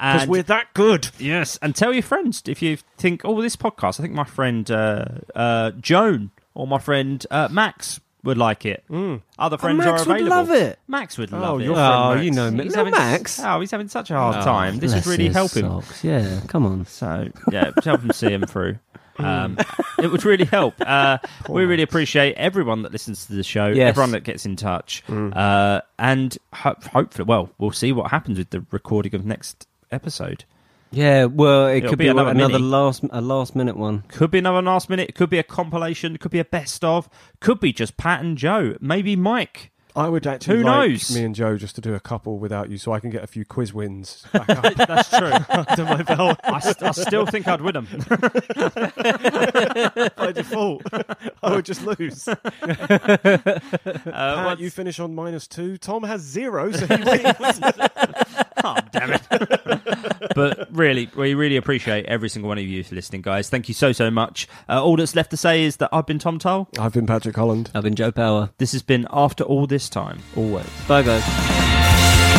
Because we're that good. yes, and tell your friends if you think, oh, this podcast. I think my friend uh, uh, Joan or my friend uh, Max would like it. Hmm. Other friends Max are would available. love it. Max would love Oh, it. your friend Oh, you Max. know, me. He's Little having Max. Oh, he's having such a hard time. This is Bless really his helping. socks. Yeah, come on. So yeah, just help him see him through. Um, it would really help. Uh, we really appreciate everyone that listens to the show, Yes. everyone that gets in touch, uh, and ho- hopefully, well, we'll see what happens with the recording of next episode. Yeah, well, it It'll could be be, another, another mini. last a last minute one. Could be another last minute. Could be a compilation. Could be a best of. Could be just Pat and Joe. Maybe Mike. I would actually Who like knows? me and Joe just to do a couple without you, so I can get a few quiz wins back up That's true. under my belt. I, st- I still think I'd win them. by Oh. default. I would just lose. Uh, Pat, you finish on minus two. Tom has zero, so he wins. Oh, damn it. but really, we really appreciate every single one of you for listening, guys. Thank you so, so much. Uh, all that's left to say is that I've been Tom Toll. I've been Patrick Holland. I've been Joe Power. This has been After All This Time. Always. Bye, guys.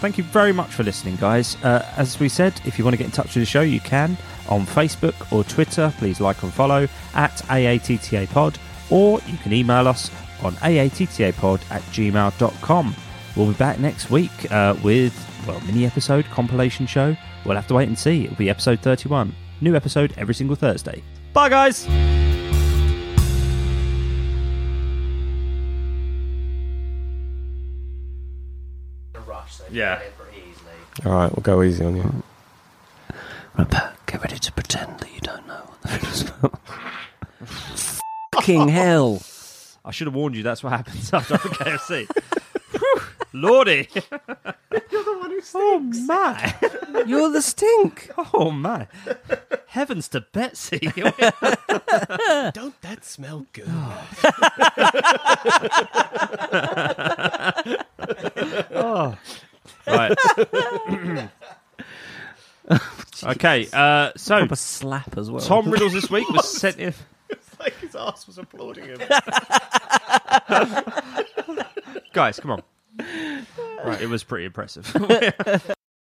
Thank you very much for listening, guys. Uh, as we said, if you want to get in touch with the show, you can on Facebook or Twitter. Please like and follow at AATTA Pod, or you can email us on AATTAPod at gmail.com. We'll be back next week uh, with, well, mini episode, compilation show. We'll have to wait and see. It'll be episode 31. New episode every single Thursday. Bye, guys! Yeah. All right, we'll go easy on you. Right, Pat, get ready to pretend that you don't know what the video's about. Fucking hell. I should have warned you that's what happens after KFC. Whew, Lordy! You're the one who stinks. Oh my! You're the stink. Oh my! Heavens to Betsy! Don't that smell good? Oh. right. okay. Uh, so Proper slap as well. Tom Riddles this week was sent in. like his ass was applauding him. Guys, come on. Right, it was pretty impressive.